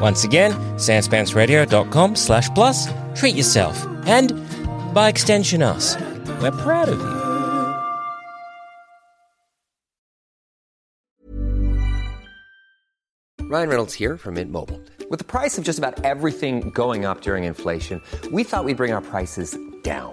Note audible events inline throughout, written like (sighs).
Once again, sanspantsradio.com slash plus, treat yourself, and by extension us. We're proud of you. Ryan Reynolds here from Mint Mobile. With the price of just about everything going up during inflation, we thought we'd bring our prices down.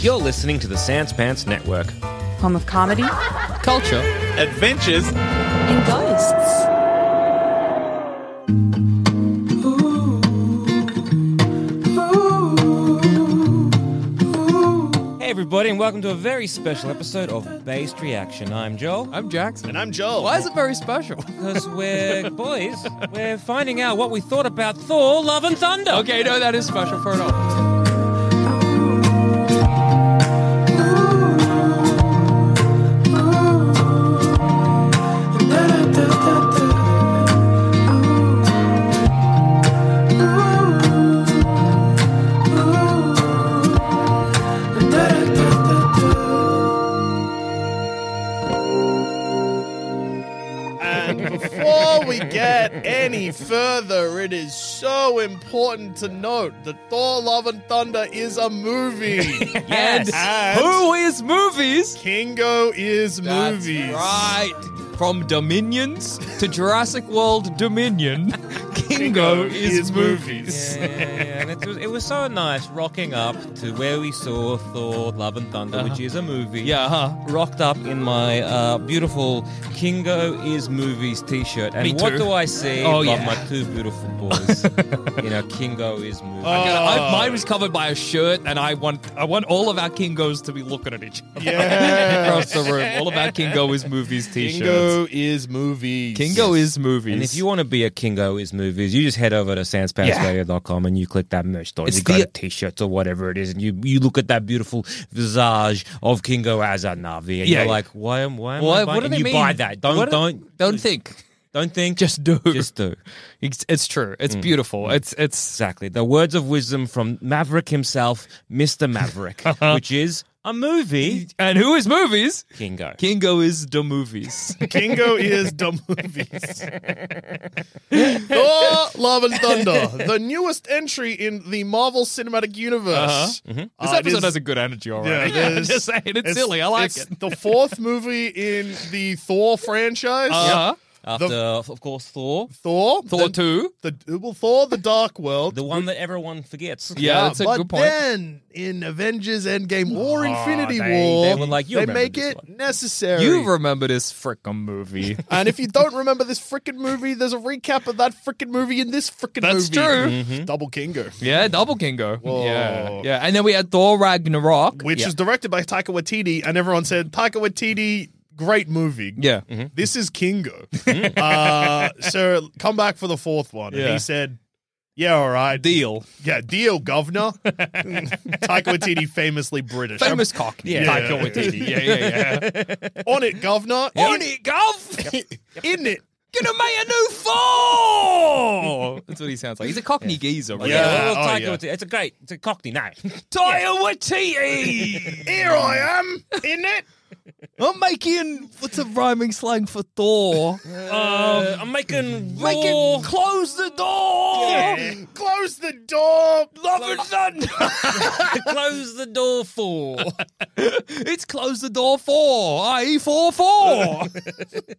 You're listening to the Sans Pants Network. home of comedy. culture, adventures. And ghosts. Hey everybody, and welcome to a very special episode of Based Reaction. I'm Joel. I'm Jackson. and I'm Joel. Why is it very special? (laughs) Because we're boys, we're finding out what we thought about Thor, Love and Thunder. Okay, no, that is special for it all. And before we get any further, it is so important to note that Thor Love and Thunder is (laughs) a movie. Yes. And Who is movies? Kingo is movies. That's right. From Dominions to Jurassic World Dominion, Kingo is, is movies. Yeah, yeah, yeah. And it was, it was so nice rocking up to where we saw Thor, Love and Thunder, which is a movie. Uh-huh. Yeah, uh-huh. huh. rocked up in my uh, beautiful Kingo is Movies t-shirt. And Me what too. do I see Oh, but yeah. my two beautiful (laughs) boys? you know, Kingo is Movies. Oh. I, mine was covered by a shirt, and I want I want all of our Kingos to be looking at each other (laughs) Yeah. across the room. All of our Kingo is movies t-shirts. Kingo is movies. Kingo is movies. And if you want to be a Kingo is Movies, you just head over to sanspantsradio.com and you click that merch store. It's you got the- a t-shirts or whatever it is, and you, you look at that beautiful visage of Kingo as a Navi, and Yeah. you're like, why am why am I Why- buying? what do and they you mean? buy that? Don't What do- don't don't think. don't think. Just do. just Mm. do. It's, it's true. It's beautiful. It's it's Exactly. The words of wisdom from Maverick himself, Mr. Maverick, (laughs) Uh-huh. which is a movie. and who is movies? Kingo. Kingo is (laughs) the movies. (laughs) Kingo is the (laughs) movies. Thor Oh, Love and Thunder, the newest entry in the Marvel Cinematic Universe. Mm-hmm. This Ah, Uh, it episode is- has a good energy Yeah, (laughs) already. it is. just saying, it's, silly. I like it's (laughs) it. The fourth movie in the Thor franchise. Uh, After, The- of course, Thor, Thor. Thor the, two. The well, Thor: The Dark World. the one that everyone forgets. Yeah, that's a but good point. Oh, then in Avengers: Endgame or Infinity they- War, they were like, "You they remember make this it one." necessary. you remember this frickin' (laughs) movie? and if you don't remember this frickin' movie, there's a recap of that frickin' movie in this frickin' That's movie. true. Double Kingo. yeah, double Kingo. Whoa. Yeah, yeah. And then we had Thor Ragnarok. Which yeah. is directed by Taika Waititi, and everyone said Taika Waititi, great movie. yeah. Mm-hmm. This is (laughs) Kingo. uh, so come back for the fourth one. And Yeah. he said, Yeah, all right. Deal. yeah, deal, (laughs) governor. Taika Waititi, famously British. Famous cockney. Yeah. Taika (laughs) Waititi. Yeah, yeah, yeah. I'm on it, governor. On it, golf. In it. Gonna make a new four! (laughs) That's what he sounds like. He's a cockney geezer, right? Yeah, Yeah, well, oh, Taika yeah. Waititi- It's a great, it's a cockney name. (laughs) Taika Waititi! Here I am, in it. I'm making, what's a rhyming slang for Thor? (laughs) Uh, I'm making Make raw- it close the door! Close the door. Love and thunder! (laughs) close the door for. (laughs) it's close the door for, i.e. 4 4. (laughs)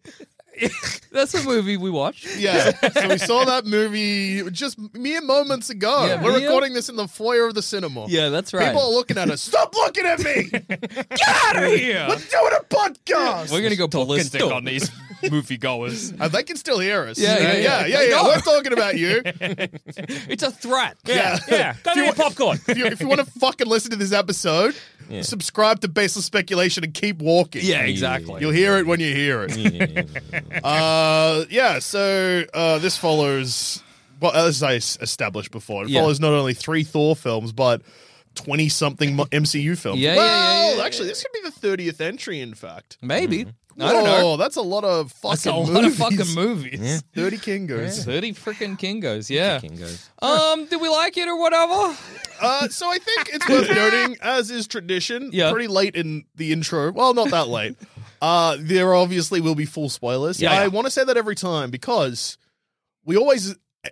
That's a movie we watched. Yeah. So we saw that movie just mere moments ago. Yeah, We're mere- recording this in the foyer of the cinema. Yeah, that's right. People are looking at us. Stop looking at me. Get out of here! We're doing a (laughs) podcast. We're gonna go ballistic dick on these movie goers. Uh, they can still hear us. Yeah, yeah, yeah, yeah. yeah. They yeah. know. We're talking (laughs) about you. It's a threat. Yeah, yeah. Go get your popcorn. If you, if you want to fucking listen to this episode, subscribe to Baseless Speculation and keep walking. Yeah, exactly. You'll hear it when you hear it. (laughs) uh, yeah, so uh, this follows, well, as I s- established before, it Yeah. follows not only three Thor films, but 20 something MCU films. Yeah, yeah, yeah, well, yeah, yeah, actually, this could be the 30th entry, in fact. (laughs) Maybe. I don't know. Whoa, that's a lot of fucking That's a movies. lot of fucking movies. 30 Kingos. 30 freaking Kingos, yeah. Um, did we like it or whatever? Uh, so I think it's worth noting, as is tradition, Yeah. pretty late in the intro. Well, not (laughs) that late. Uh, there obviously will be full spoilers. Yeah, I yeah. want to say that every time because we always,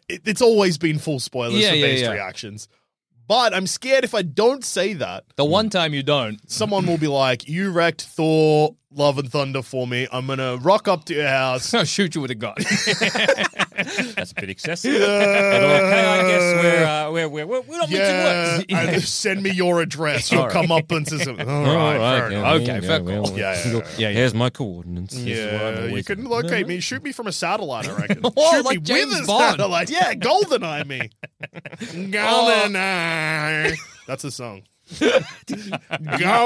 it, it's always been full spoilers Yeah, for yeah, based yeah. reactions. But I'm scared if I don't say that, The one time you don't. (laughs) someone will be like, "You wrecked Thor, Love and Thunder for me. I'm gonna rock up to your (laughs) house." I'll shoot you with a gun. (laughs) That's a bit excessive. But okay, I guess we're uh, we're we're we're, we're not (laughs) yeah, mixing words. (laughs) and send me your (laughs) address. You'll come up and say, (laughs) something. All right, fair enough. Okay, fair call. Yeah, yeah, yeah. Here's my coordinates. This is where I'm Yeah, you always- couldn't locate me. Shoot me from a (laughs) satellite, I reckon. Oh, Shoot like me James with a Bond. satellite. Yeah, (laughs) GoldenEye me. Oh. GoldenEye. That's a (laughs) song.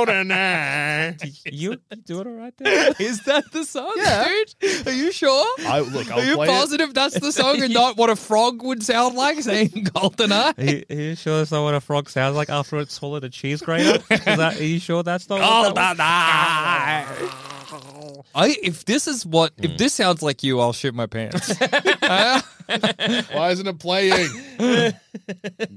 GoldenEye. (laughs) You you doing all right there? Is that the song, dude? Are you sure? I, look, Are you I'll play it. positive that's the song and not what a frog would sound like saying Goldeneye? Are you, are you sure that's not what a frog sounds like after it swallowed a cheese (laughs) grater? Is that, are you sure that's not Oh, what that was? I, if this is what Hmm. if this sounds like you, I'll shit my pants. Why isn't it playing? (laughs)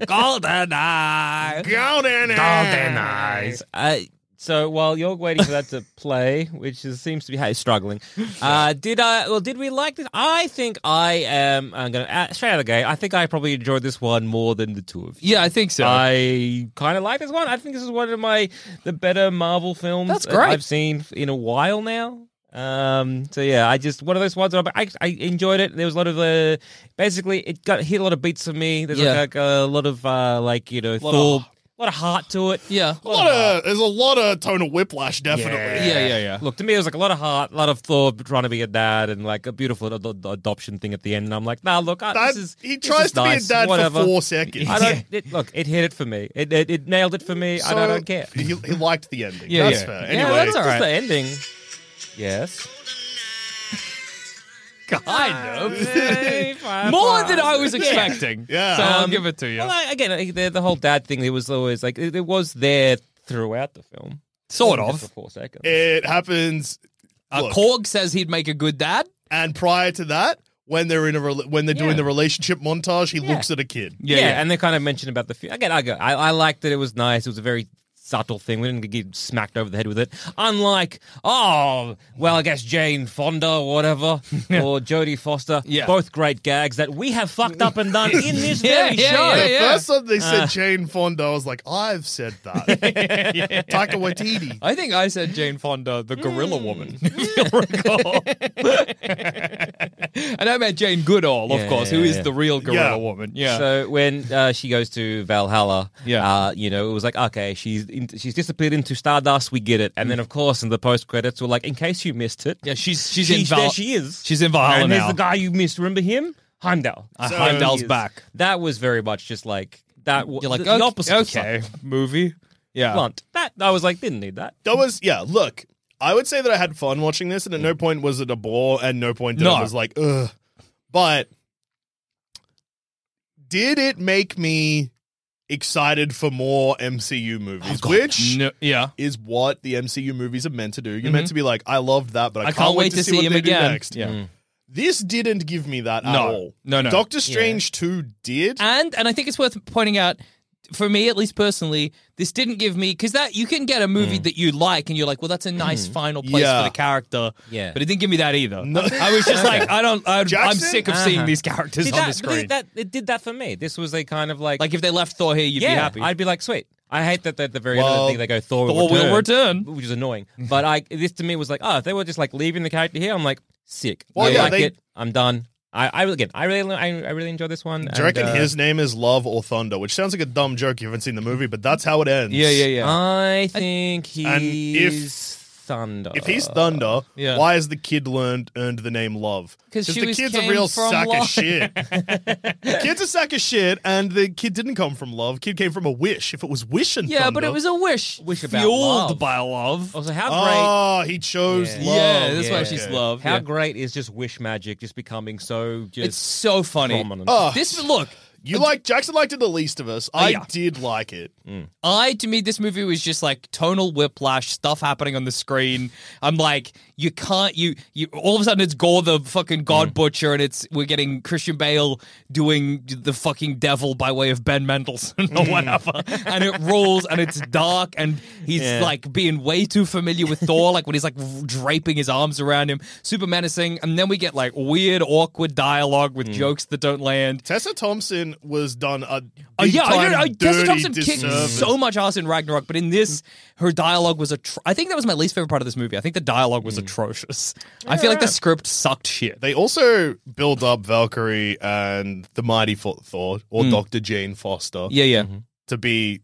Goldeneye. GoldenEye. Nice. Uh, so while you're waiting for that to play, which is, seems to be hey, struggling, uh, did I? Well, did we like this? I think I am. I'm gonna uh, straight out of the gate. I think I probably enjoyed this one more than the two of you. (laughs) Yeah, I think so. I kind of like this one. I think this is one of my the better Marvel films That's that great. I've seen in a while now. Um, so yeah, I just one of those ones. That I, I I enjoyed it. There was a lot of uh, basically it got hit a lot of beats for me. There's Yeah. like, a, lot of uh, like you know Thor, a lot of heart to it. yeah. A lot of, there's a lot of tonal whiplash, definitely. Yeah, yeah, yeah. Look, to me, it was like a lot of heart, a lot of Thor trying to be a dad, and like a beautiful ad- ad- adoption thing at the end. And I'm like, nah, look, I, That- this is he this tries is to be a nice, dad for whatever. four seconds. I (laughs) don't it, look. It hit it for me. It it, it nailed it for me. I, don't, I don't care. He, he liked the ending. Yeah, that's yeah. fair. Yeah, Anyway, yeah, that's all all right. right. Just the ending. Yes. (laughs) Kind of. More than I was expecting. Yeah. So I'll Um, give it to you. Well, I, again, the, the whole dad thing. It was always like it, it was there throughout the film. sort Just for of. four seconds. it happens. Uh, Look. Korg says he'd make a good dad. And prior to that, when they're in a rela- when they're Yeah. doing the relationship montage, he looks at a kid. yeah, and they kind of mentioned about the fu- again. I go, I, I liked that it was nice. It was a very subtle thing. We didn't get smacked over the head with it. Unlike oh well, I guess Jane Fonda or (laughs) whatever or Jodie Foster, Yeah. both great gags that we have fucked up and done in this (laughs) Yeah, very yeah, show. yeah, The yeah. first time they Uh. said Jane Fonda, I was like, I've said (laughs) that. Taika Waititi. I think I said Jane Fonda, the gorilla woman, (laughs) if you'll recall. (laughs) and I meant Jane Goodall, of Yeah, course, yeah, who is yeah. the real gorilla Yeah. woman. Yeah. So when uh, she goes to Valhalla, Yeah. uh, you know, it was like, okay, she's in, she's disappeared into Stardust. We get it, and then of course in the post credits, we're like, in case you missed it, Mm. yeah, she's she's she, in Val- there she is. She's in Valhalla and now. there's the guy you missed. Remember him? Heimdall. Uh, Heimdall's He is- back. That was very much just like that. wa- You're like, the, okay, the opposite. of okay, something. movie. Yeah. blunt. That I was like, didn't need that. That was yeah, look. I would say that I had fun watching this, and at no point was it a bore, and no point did Mm. No. I was like, ugh. But did it make me excited for more MCU movies? which No, yeah. Mm-hmm. is what the MCU movies are meant to do. You're meant to be like, I loved that, but I, I can't wait to see, see what him they do again. next. Yeah. Mm. This didn't give me that at No. all. No, no. Doctor Strange 2 did. and and I think it's worth pointing out for me at least personally this didn't give me because that you can get a movie Mm. that you like and you're like well that's a nice final place Yeah. for the character Yeah. but it didn't give me that either I was just like I don't I, I'm Jackson? sick of Uh-huh. seeing these characters See, on that, the screen that- it did that for me. This was a kind of like, like if they left Thor here you'd yeah, be happy I'd be like, sweet. I hate that at the very end of Well, the thing they go Thor, Thor will return. which is annoying. But I this to me was like, oh, if they were just like leaving the character here, I'm like, sick. Well, I yeah, like they- it. I'm done. I, I again, I really, I, I really enjoyed this one. uh, Do you uh, reckon his name is Love or Thunder? Which sounds like a dumb joke. You haven't seen the movie, but that's how it ends. yeah yeah yeah I think And if- he's Thunder. If he's Thunder, uh, yeah. why has the kid learned earned the name Love? 'Cause she the was- kid's a came real from sack love. (laughs) of shit. the kid's a sack of shit, and the kid didn't come from love. Kid came from a wish. If it was wish and yeah thunder, but it was a wish Wish about fueled love. by love also how great. oh, he chose Yeah. love. yeah that's why yeah. she's Okay. love How yeah. great is just wish magic just becoming so just it's so funny prominent? this look You like Jackson liked it the least of us. I yeah. Mm. did like it. I to me this movie was just like tonal whiplash stuff happening on the screen. I'm like, you can't you you all of a sudden it's Gore the fucking God Butcher and it's we're getting Christian Bale doing the fucking devil by way of Ben Mendelsohn or whatever. and it rolls and it's dark and he's like being way too familiar with Thor, like when he's like draping his arms around him, super menacing, and then we get like weird, awkward dialogue with jokes that don't land. Tessa Thompson was done a Oh yeah, I, I, I, Tessa dirty Thompson kicked disservice. so much ass in Ragnarok, but in this, her dialogue was atro- I think that was my least favorite part of this movie. I think the dialogue was atrocious. I feel like the script sucked shit. Mm. They also build up Valkyrie and the Mighty Fo- Thor or Doctor Jane Foster Hmm. yeah, yeah, to be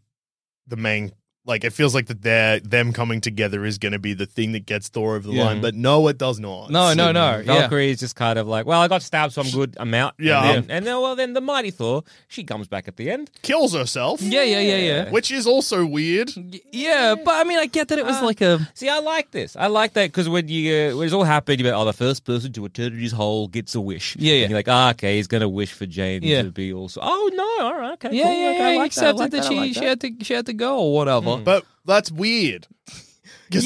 the main. Like it feels like that they're them coming together is going to be the thing that gets Thor over the line, but no, it does not. no, no, no. Yeah. Valkyrie is just kind of like, well, I got stabbed, so I'm good. I'm out. Yeah. And then, and then, well, then the mighty Thor, she comes back at the end. kills herself. yeah, yeah, yeah, yeah, which is also weird. yeah. But I mean, I get that it was like a See, I like this. I like that because when you uh, when it's all happening, you're like, oh, the first person to eternity's hole gets a wish. Yeah, yeah. And you're like, ah, okay, he's gonna wish for Jane Yeah. to be also. Oh no, all right, okay, yeah, cool, yeah, okay, yeah. I like accepted that, I like that, that, I she like she that. had to she had to go or whatever. But (laughs) that's weird. Because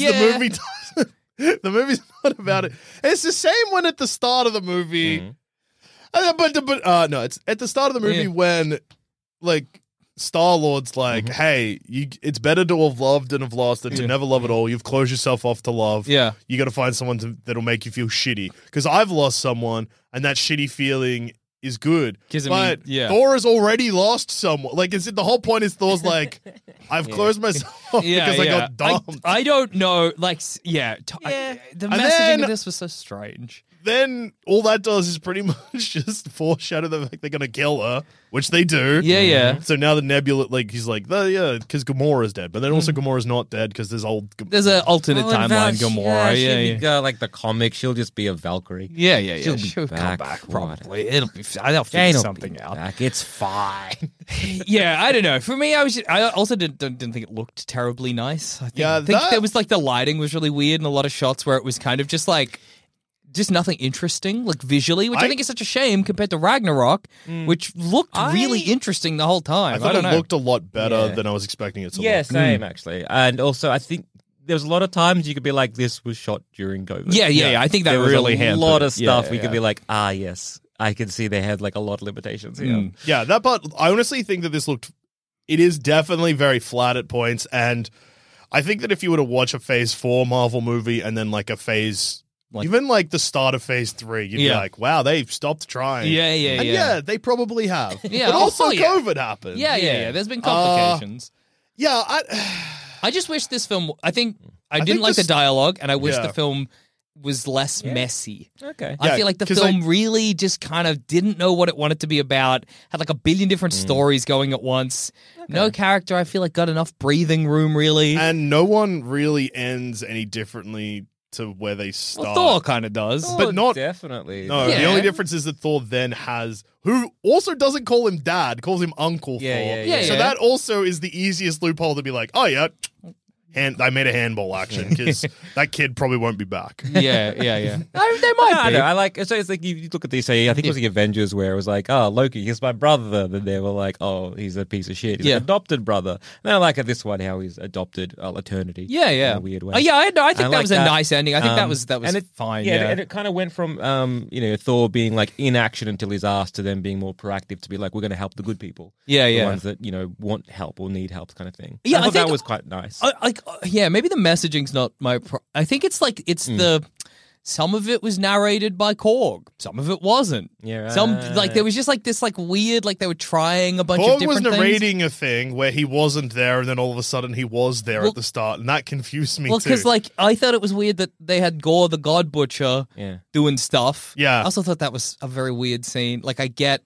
Mm. Yeah. Mm. the movie doesn't, (laughs) the movie's not about it. It's the same when at the start of the movie. Uh, but but uh, no, it's at the start of the movie Yeah. when like Star Lord's like, Mm-hmm. hey, you it's better to have loved and have lost than to never love at all. You've closed yourself off to love. Yeah. You gotta find someone to, that'll make you feel shitty. Because I've lost someone and that shitty feeling is good. 'Cause, I mean, but yeah. Thor has already lost someone. Like, is it the whole point is (laughs) Thor's like, I've closed myself off yeah, because I yeah. got dumped. (laughs) I, don't know. Like, s- yeah, t- I- the And messaging then- of this was so strange. then all that does is pretty (laughs) much just foreshadow the fact they're gonna kill her, which they do. Mm-hmm. Yeah, yeah. So now the Nebula, like, he's like, "Oh, yeah, because Gamora's dead, but then also Mm. Gamora's not dead because there's old. Gam- There's an alternate Oh, and Val- timeline, Gamora. she'd Yeah, be, yeah. uh, like the comic, she'll just be a Valkyrie. Yeah, yeah, yeah. She'll She'll, be come back, back right. probably. It'll be. I'll Jane figure will something be out. back. It's fine. Yeah, I don't know. For me, I was. Just, I also didn't, didn't didn't think it looked terribly nice. I think, Yeah, think that- there was like the lighting was really weird and a lot of shots where it was kind of just like just nothing interesting, like visually, which I, I- think is such a shame compared to Ragnarok, which looked really interesting the whole time. I I, thought don't it know. looked a lot better Yeah. than I was expecting it to Yeah, Mm. look. same actually. And also, I think there was a lot of times you could be like, "This was shot during COVID." Yeah, yeah, yeah. I think that there was really a hampered lot it. of stuff Yeah, we yeah. could be like, "Ah, yes, I can see they had like a lot of limitations here." Mm. Yeah, that part. I honestly think that this looked. It is definitely very flat at points, and I think that if you were to watch a Phase Four Marvel movie and then like a Phase, Like- even like the start of Phase Three, you'd be Yeah. like, "Wow, they've stopped trying." Yeah, yeah, and yeah. yeah. They probably have. (laughs) Yeah, but oh, also hell yeah. COVID happened. yeah, yeah, yeah, There's been Uh, complications. yeah. I, I just wish this film. I think I, I didn't think like this- the dialogue, and I wish Yeah. the film was less messy. Okay. I Yeah, feel like the 'cause I- film really just kind of didn't know what it wanted to be about. Had like a billion different Mm. stories going at once. No character, I feel like, got enough breathing room. Really, and no one really ends any differently to where they well, start. Thor kind of does, but Oh, Thor not- definitely. No, the Yeah. only difference is that Thor then has who also doesn't call him dad, calls him Uncle Yeah, Thor. yeah, yeah. so Yeah, yeah. that also is the easiest loophole to be like, oh yeah, hand. I made a handball action because (laughs) that kid probably won't be back. yeah, yeah, yeah. they might no, No, I like so it's like you, you look at these. Say, I think it was the Avengers where it was like, oh, Loki, he's my brother. Then they were like, oh, he's a piece of shit. He's Yeah. an adopted brother. And I like at this one how he's adopted uh, eternity. Yeah, yeah. in a weird way. Oh, yeah, I- no, I think that like Um, was a nice ending. I think that was- that was and it, fine, Yeah, yeah. And it kind of went from um, you know Thor being like in action until he's asked to then being more proactive to be like, we're going to help the good people. Yeah, the yeah. ones that you know want help or need help, kind of thing. Yeah, I I thought that think- was quite nice. I, like, uh, yeah, maybe the messaging's not my. Pro- I think it's like it's Hmm. the. Some of it was narrated by Korg. Some of it wasn't. Yeah, Some right. like there was just like this like weird like they were trying a bunch of Borg was different things. narrating a thing where he wasn't there, and then all of a sudden he was there Well- at the start, and that confused me Well, too. because like I thought it was weird that they had Gore the God Butcher Yeah. doing stuff. Yeah. I also thought that was a very weird scene. Like I get.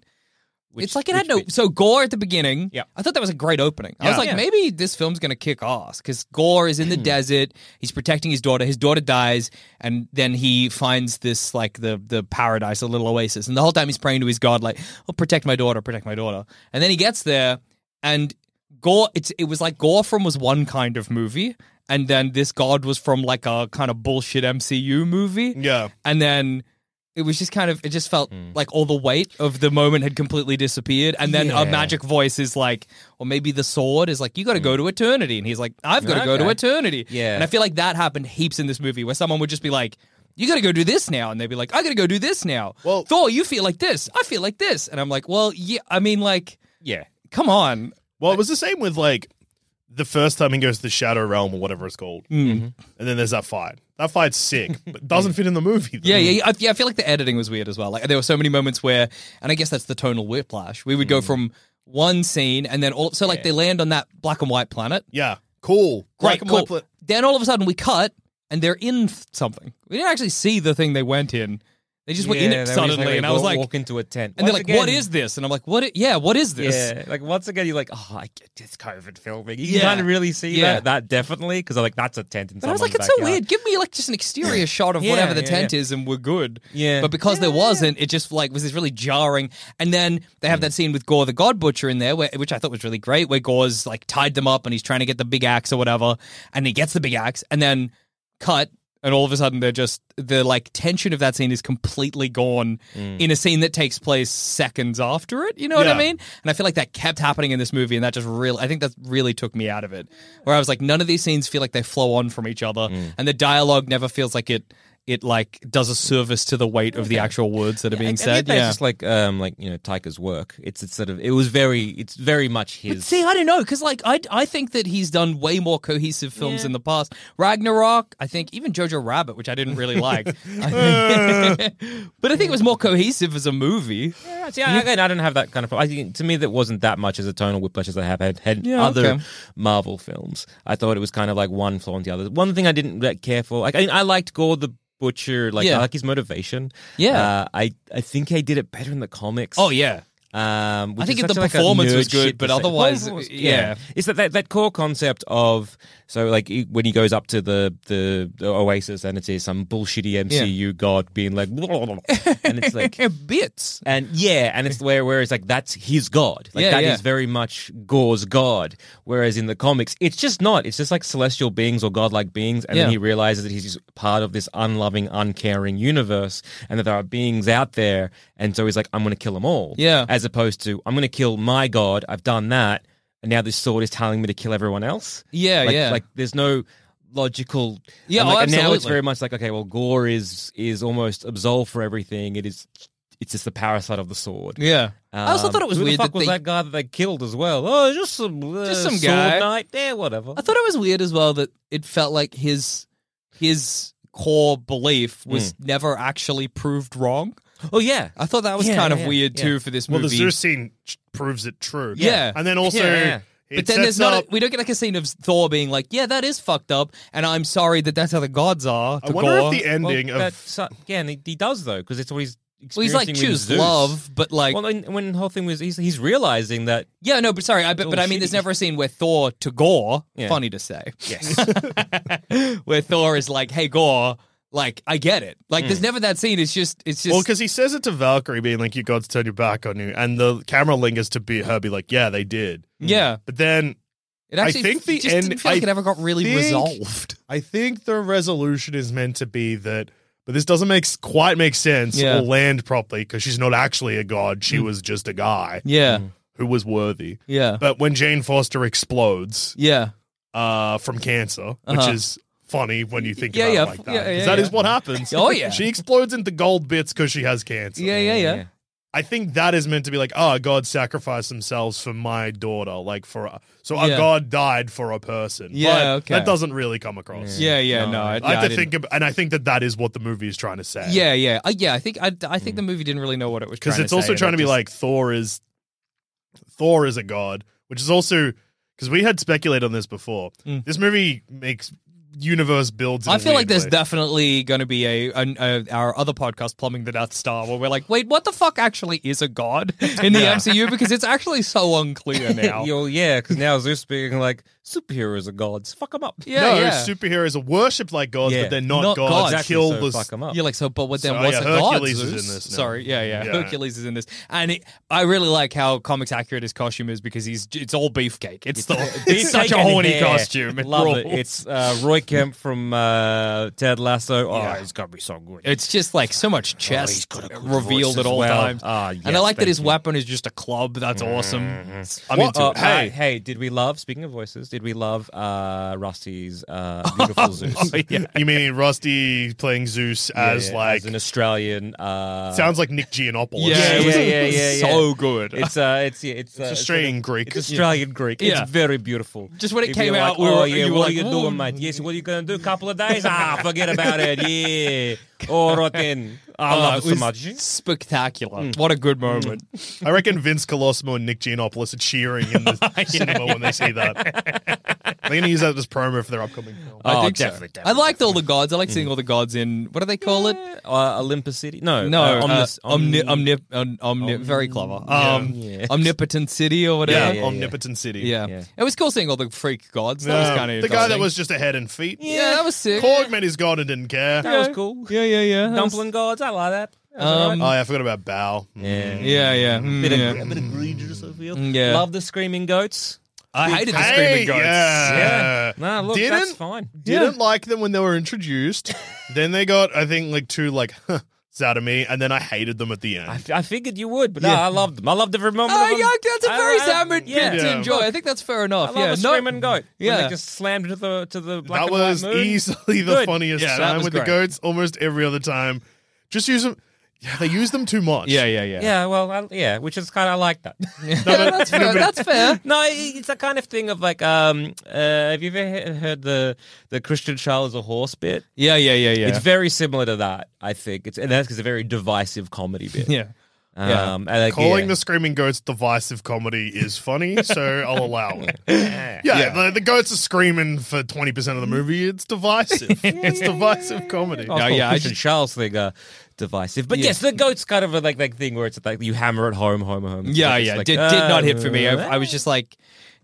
Which- it's like it had which no bit? so gore at the beginning. Yeah. I thought that was a great opening. I was Yeah. like, Yeah. Hmm. maybe this film's gonna kick ass because Gore is in the desert. He's protecting his daughter. His daughter dies, and then he finds this like the the paradise, a little oasis. And the whole time he's praying to his god, like, "Oh, protect my daughter, protect my daughter." And then he gets there, and Gore. It's it was like Gore from was one kind of movie, and then this god was from like a kind of bullshit MCU movie. Yeah. and then it was just kind of it just felt Hmm. like all the weight of the moment had completely disappeared and then Yeah. a magic voice is like or maybe the sword is like you got to go to eternity and he's like i've got to go to Hmm. Okay. eternity Yeah. and i feel like that happened heaps in this movie where someone would just be like you got to go do this now and they'd be like i got to go do this now Well- thor you feel like this i feel like this and i'm like well yeah i mean like yeah. come on well, it was the same with like the first time he goes to the Shadow Realm or whatever it's called, Mm. and then there's that fight. That fight's sick, but it doesn't fit in the movie. though. Yeah, Hmm. yeah, yeah. I, yeah. I feel like the editing was weird as well. Like there were so many moments where, and I guess that's the tonal whiplash. We would Hmm. go from one scene and then all. So like they land on that black and white planet. yeah. Cool, Great, Black and cool. white pla- Then all of a sudden we cut and they're in th- something. We didn't actually see the thing they went in. They just went Yeah, in it they were just, suddenly, they and I was walk- like, walk into a tent, and they're Once like, "What again- is this?" And I'm like, "What? i- yeah, what is this?" Yeah, like once again, you're like, oh, I get this COVID filming. You Yeah. can't really see Yeah. that that definitely because like that's a tent. In But I was like, someone's it's so backyard. weird. Give me like just an exterior shot of Yeah, whatever the yeah, tent yeah. is, and we're good. Yeah. But because there wasn't, it just like was this really jarring. And then they have that scene with Gore the God Butcher in there, where, which I thought was really great, where Gore's like tied them up and he's trying to get the big axe or whatever, and he gets the big axe, and then cut. And all of a sudden, they're just the like tension of that scene is completely gone Mm. in a scene that takes place seconds after it. You know what I Yeah. mean? And I feel like that kept happening in this movie, and that just really, I think that really took me out of it. Where I was like, none of these scenes feel like they flow on from each other, Mm. and the dialogue never feels like it. It like does a service to the weight of the actual words that are being And, and yet said. that's Yeah. just like um like you know Tyker's work. It's it's sort of it was very it's very much his. But see, I don't know because like I I think that he's done way more cohesive films in the past. Ragnarok, I think even Jojo Rabbit, which I didn't (laughs) really like, I think, (laughs) but I think it was more cohesive as a movie. Yeah, See, I, again, I don't have that kind of. I think to me that wasn't that much as a tonal whiplash as I have had, had Yeah, other okay. Marvel films. I thought it was kind of like one flaw on the other. One thing I didn't like, care for, like I, I liked Gore the Butcher, like Yeah. I like his motivation. Yeah. uh, I I think he did it better in the comics. Oh yeah, Um, which I think is if the such a, like, a performance nerd was good, shit but to say. otherwise, Performance, yeah. it's that, that that core concept of so like he- when he goes up to the the, the Oasis and it's here some bullshitty MCU god being like, (laughs) and it's like. bits. And yeah, and it's where where it's like that's his god. Like Yeah, that is yeah. very much Gore's god. Whereas in the comics, it's just not. It's just like celestial beings or godlike beings, and Yeah. then he realizes that he's just part of this unloving, uncaring universe, and that there are beings out there, and so he's like, I'm going to kill them all. Yeah. As opposed to I'm going to kill my god. I've done that, and now this sword is telling me to kill everyone else. Yeah, Like- Oh, yeah. Like there's no logical Yeah, and, like, oh, and now it's absolutely. very much like okay well gore is is almost absolved for everything it is it's just the parasite of the sword Yeah, I also Um, thought it was who weird the fuck that was they that guy that they killed as well oh just some uh, Just some sword guy. knight yeah whatever I thought it was weird as well that it felt like his his core belief was Hmm. never actually proved wrong. oh yeah I thought that was Yeah, kind yeah, of weird yeah. too for this Well, movie. the Zeus scene ch- proves it true. Yeah. and then also, Yeah, yeah. it but then sets there's not up- a, we don't get like a scene of Thor being like, "Yeah, that is fucked up," and I'm sorry that that's how the gods are. I to wonder Gore." if the Well, ending of that su- yeah and he, he does though because it's what he's well, he's like experiencing with choose Zeus. love, but like well and when the whole thing was he's, he's realizing that yeah, no, but sorry, I, but, Oh, all but I mean, there's shitty. never a scene where Thor to Gore, Yeah. funny to say, yes, (laughs) where Thor is like, "Hey, Gore." Like I get it. Like there's never that scene. It's just it's just Hmm. Well, because he says it to Valkyrie, being like, "You gods turn your back on you," and the camera lingers to be her, be like, "Yeah, they did." Mm. yeah. But then It actually I think the just end. didn't feel like I it ever got really think- resolved. I think the resolution is meant to be that, but this doesn't make s- quite make sense Yeah. Mm. or land properly because she's not actually a god. She was just a guy Yeah. Mm. who was worthy. Yeah. But when Jane Foster explodes Yeah. uh, from cancer, Uh-huh. which is funny when you think Yeah, about yeah, it like f- that, yeah, 'cause yeah, that yeah. is what happens. Oh, yeah. she explodes into gold bits because she has cancer. Yeah, yeah, yeah. I think that is meant to be like, oh, God sacrificed themselves for my daughter, like for a, so a Yeah. God died for a person. Yeah, but okay. that doesn't really come across. Yeah, yeah, no. I, I yeah, I have to didn't- think, about, and I think that that is what the movie is trying to say. Yeah, yeah, uh, yeah. I think I, I Hmm. think the movie didn't really know what it was because trying it's to also say, trying and to it be just- like Thor is Thor is a god, which is also because we had speculated on this before. This movie makes universe builds. in I a feel like weird there's way. definitely going to be a, an a our other podcast, Plumbing the Death Star, where we're like, wait, what the fuck actually is a (laughs) god in the MCU? Because it's actually so unclear now. Yo, yeah, because now Zeus being like superheroes are gods. Fuck them up. (laughs) yeah, no yeah. superheroes are worshipped like gods, Yeah. but they're not, Not gods. gods. Exactly, Kill so the fuck 'em up. You're like, so, but what then So, was yeah, a god? Hercules is Zeus? in this now. Sorry, yeah, yeah, Yeah. Hercules is in this, and it, I really like how comics accurate his costume is because he's it's all beefcake. It's the it's (laughs) such a Taken horny hair. costume. (laughs) It Love it. rules. It's uh, Roy Kemp from uh, Ted Lasso. Oh, Yeah. he's got to be so good. It's just like so much chest Oh, got a good voice revealed as at all well. times. Ah, and I yes, like that thank his you. Mm-hmm. weapon is just a club. That's awesome. I'm What- into uh, it. hey, Hey. hey, did we love? Speaking of voices, did we love uh, Rusty's (laughs) uh, beautiful Zeus? (laughs) You mean Rusty playing Zeus as Yeah, like as an Australian. Uh, sounds like Nick Giannopoulos? Yeah, it was yeah, yeah, yeah, yeah. So good. It's uh, it's yeah, it's, uh, it's Australian Greek. It's Australian Greek. Yeah. It's very beautiful. Just when it You'd came be out, we like, mm, oh were- yeah, you were what like, are you doing, "Ooh." mate? Yes, what are you gonna do? A couple of days? (laughs) Ah, forget about it. Yeah. Oh, rotten. I Uh, love it it so was much. Mm. Spectacular. What a good moment. I reckon Vince Colosimo and Nick Giannopoulos are cheering in the (laughs) cinema when they see that. They're going to use that as promo for their upcoming film. I Oh, think so. definitely, I liked all the gods. I like seeing all the gods in what do they call it? Uh, Olympus City? No, No, Uh, uh, Omnis- omni, Omni- omni, omni, omni, very clever. Um, Yeah. omnipotent city or whatever. yeah, Yeah, Omnipotent City. Yeah. it was cool seeing all the freak gods. That was No, kind of the guy that was just a head and feet. yeah, that was sick. Korg met his god and didn't care. That was cool. Yeah, yeah, yeah. That was- Dumpling gods. I like that. That was Um, alright. Oh, yeah, I forgot about Bow. yeah. Yeah, yeah. Mm, Bit of, yeah. Mm, a bit of egregious, I feel. Yeah. Love the screaming goats. I hated the Hey, screaming gods. Yeah. Nah, look, Uh, Didn't- that's fine. Didn't like them when they (laughs) were introduced. then they got, I think, like two, like, (laughs) huh, out of me. And then I hated them at the end. I, f- I figured you would, but no, I loved them. I loved every moment. Oh, of them. yeah, that's a I- very I- sound yeah. bit to Yeah. enjoy. I think that's fair I enough. love yeah, a screaming goat. Yeah, Yeah. when they just slammed to the to the black that and white was moon. easily the Good. funniest Yeah, that time was with great. the goats almost every other time. Just use them. Yeah, they use them too much. yeah, yeah. Yeah, well, I, yeah, which is kind of like (laughs) that. that's fair. That's fair. no, it- it's a kind of thing of like, um, uh, have you ever he- heard the the Christian child is a horse bit? (laughs) Yeah, yeah, yeah, yeah. It's very similar to that, I think. It's and that's 'cause it's a very divisive comedy bit. yeah. yeah. Um, and like, Calling yeah. the screaming goats divisive comedy is funny, so I'll allow it. Yeah, The, the goats are screaming for twenty percent of the movie. It's divisive. it's divisive comedy. Oh, yeah, yeah, I Christian just- Charles thing, uh, divisive. But Yeah. yes, the goat's kind of a, like like thing where it's like you hammer it home, home, home. It's Yeah, like- it's yeah. like, did, uh, did not hit for me. I, I was just like,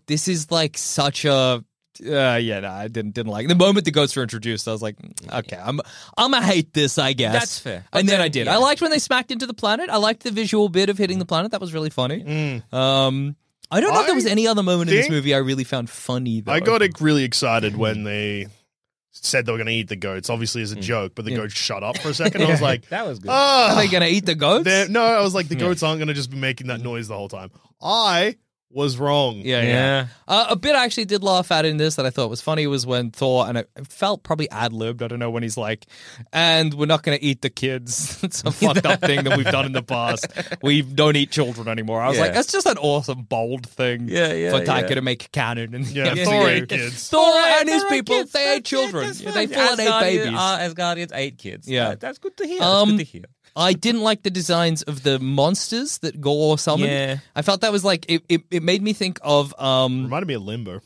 this is like such a. Uh, yeah, no, I didn't didn't like the moment the goats were introduced. I was like, mm, okay, I'm I'm gonna hate this, I guess. That's fair. But And then, then- I did. yeah. I liked when they smacked into the planet. I liked the visual bit of hitting the planet. That was really funny. Um, I don't know if there was Mm. I any other moment in this think- movie I really found funny. Though. I got it really excited when they said they were going to eat the goats. Obviously, as a joke, but the goats shut up for a second. I was like, That was good. "Ah." Are they gonna eat the goats? They're- no, I was like, the goats aren't going to just be making that noise the whole time. I was wrong. Yeah, yeah. Uh, a bit I actually did laugh at in this that I thought was funny was when Thor and it felt probably ad libbed. I don't know when he's like, and we're not going to eat the kids. (laughs) it's a fucked up thing that we've done in (laughs) the past. We don't eat children anymore. I was like, Yeah. that's just an awesome bold thing. Yeah, yeah, For Taika yeah. to make canon and (laughs) Yeah, Thor ate kids. Thor and his people, they ate children. They full and ate babies. as guardians, eight kids. Yeah. Uh, that's good to hear. uh, that's Um, good to hear. I didn't like the designs of the monsters that Gore summoned. Yeah. I felt that was like it, it, it made me think of um Reminded me of Limbo.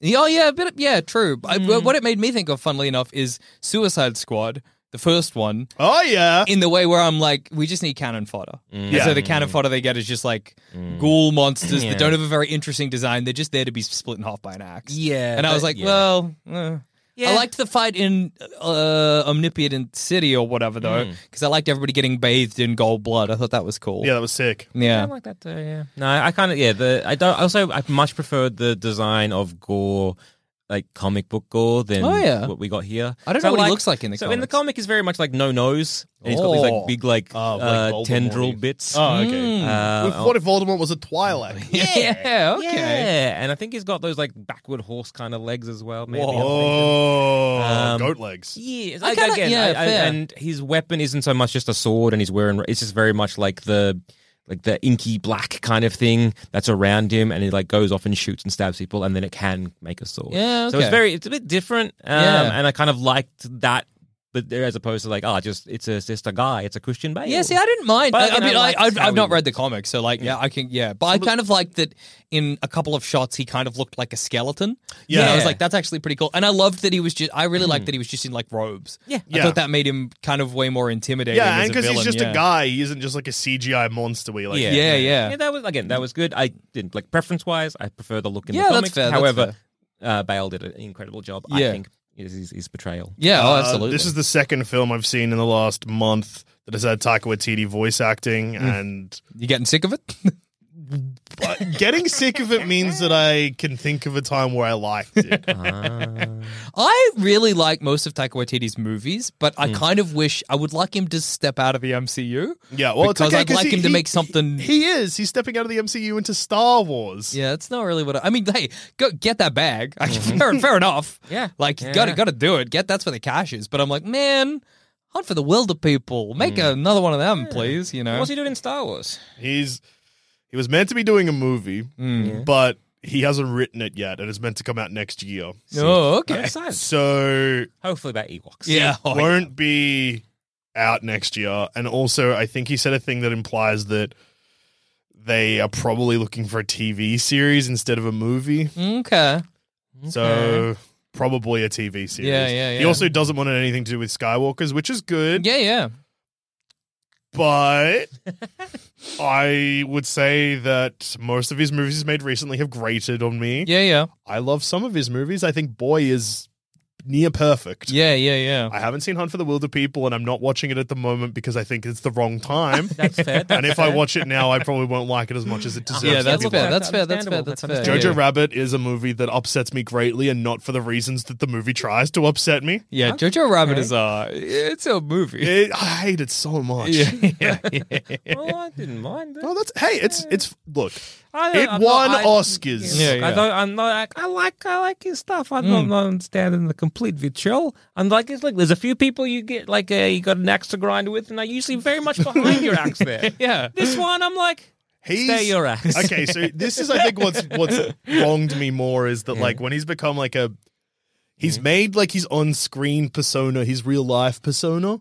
Yeah, Oh yeah, a bit. of- Yeah, true. I, Hmm. what it made me think of, funnily enough, is Suicide Squad, the first one, Oh yeah. in the way where I'm like, we just need cannon fodder. Mm. And so the cannon fodder they get is just like ghoul monsters that don't have a very interesting design. They're just there to be split in half by an axe. Yeah, and I was but- like, yeah. well, eh. Yeah. I liked the fight in uh, Omnipotent City or whatever though, Mm. because I liked everybody getting bathed in gold blood. I thought that was cool. Yeah, that was sick. yeah. I like that too. Yeah. No, I kind of yeah. The I don't. Also, I much preferred the design of gore, like comic book gore, than Oh, yeah. what we got here. I don't know what he looks like in the So in the comics. comic, is very much like no nose. And he's got these like Oh. big like, Oh, like uh, Voldemort-y. tendril bits. Oh, okay. Uh, what if Voldemort was a Twi'lek? yeah. okay. Yeah, and I think he's got those like backward horse kind of legs as well. Maybe. Oh, Um, goat legs. Yeah, it's I like, kinda- again, yeah, I- I- fair. and his weapon isn't so much just a sword, and he's wearing. It's just very much like the like the inky black kind of thing that's around him, and he like goes off and shoots and stabs people, and then it can make a sword. Yeah, so it's okay. very it's a bit different, um, Yeah. and I kind of liked that. But there, as opposed to like, oh, just it's a just a guy, it's a Christian Bale. Yeah, see, I didn't mind. But I, I again, I mean, I, liked I, have how I've not he- read the comics, so like, yeah, I can, yeah. But I kind of liked that in a couple of shots, he kind of looked like a skeleton. Yeah. Mm-hmm. And I was like, that's actually pretty cool. And I loved that he was just, I really liked that he was just in like robes. Yeah. I Yeah. thought that made him kind of way more intimidating. Yeah, and because because he's just a guy, he isn't just like a CGI monster. We like, Yeah. Yeah, yeah. Yeah, that was again. That was good. I didn't like preference wise. I prefer the look in Yeah, the that's comics. fair, that's However, Uh, Bale did an incredible job. I Yeah. think is his, his portrayal. Yeah, oh, Uh, absolutely. This is the second film I've seen in the last month that has had Taika Waititi voice acting, and you getting sick of it? (laughs) but getting sick of it means that I can think of a time where I liked it. I really like most of Taika Waititi's movies, but Hmm. I kind of wish I would like him to step out of the MCU. Yeah, well, because it's okay, I'd like he- him to he- make something. He, is. He's stepping out of the MCU into Star Wars. Yeah, it's not really what I, I mean. Hey, go get that bag. I, fair, fair (laughs) enough. Yeah. like Yeah, got to yeah. got to do it. Get that's where the cash is. But I'm like, man, hunt for the wilder people. Make another one of them, please. You know. What's he doing in Star Wars? He's he was meant to be doing a movie, Mm. but he hasn't written it yet, and it's meant to come out next year. Oh, okay. So Hopefully about Ewoks. Oh, Yeah. won't be out next year. And also, I think he said a thing that implies that they are probably looking for a TV series instead of a movie. Okay. So probably a TV series. Yeah, yeah, He yeah. also doesn't want anything to do with Skywalkers, which is good. Yeah, yeah. (laughs) But I would say that most of his movies he's made recently have grated on me. Yeah, yeah. I love some of his movies. I think Boy is near perfect. Yeah, yeah, yeah. I haven't seen Hunt for the Wilder People, and I'm not watching it at the moment because I think it's the wrong (laughs) time. That's fair. and if I watch it now, I probably won't like it as much as it (laughs) deserves. Yeah, that's to be fair. liked. That's fair. That's fair. understandable, That's fair. that's Jojo yeah. Rabbit is a movie that upsets me greatly, and not for the reasons that the movie tries to upset (laughs) me. (laughs) Yeah, Jojo Rabbit is a it's a movie. It, I hate it so much. (laughs) yeah, (laughs) well, I didn't mind it. No, that's hey, it's it's look, I don't- (laughs) it I'm won not- I- Oscars. Yeah, Mm. I don't. I'm not. Like, I like. I like his stuff. I'm not, not understanding the complete vitriol. I'm like, it's like there's a few people you get like uh, you got an axe to grind with, and I usually very (laughs) much behind your axe there. yeah. This one, I'm like, He's, stay your (laughs) axe. okay, so this is I think what's what's wronged me more is that like when he's become like a he's made like his on screen persona, his real life persona.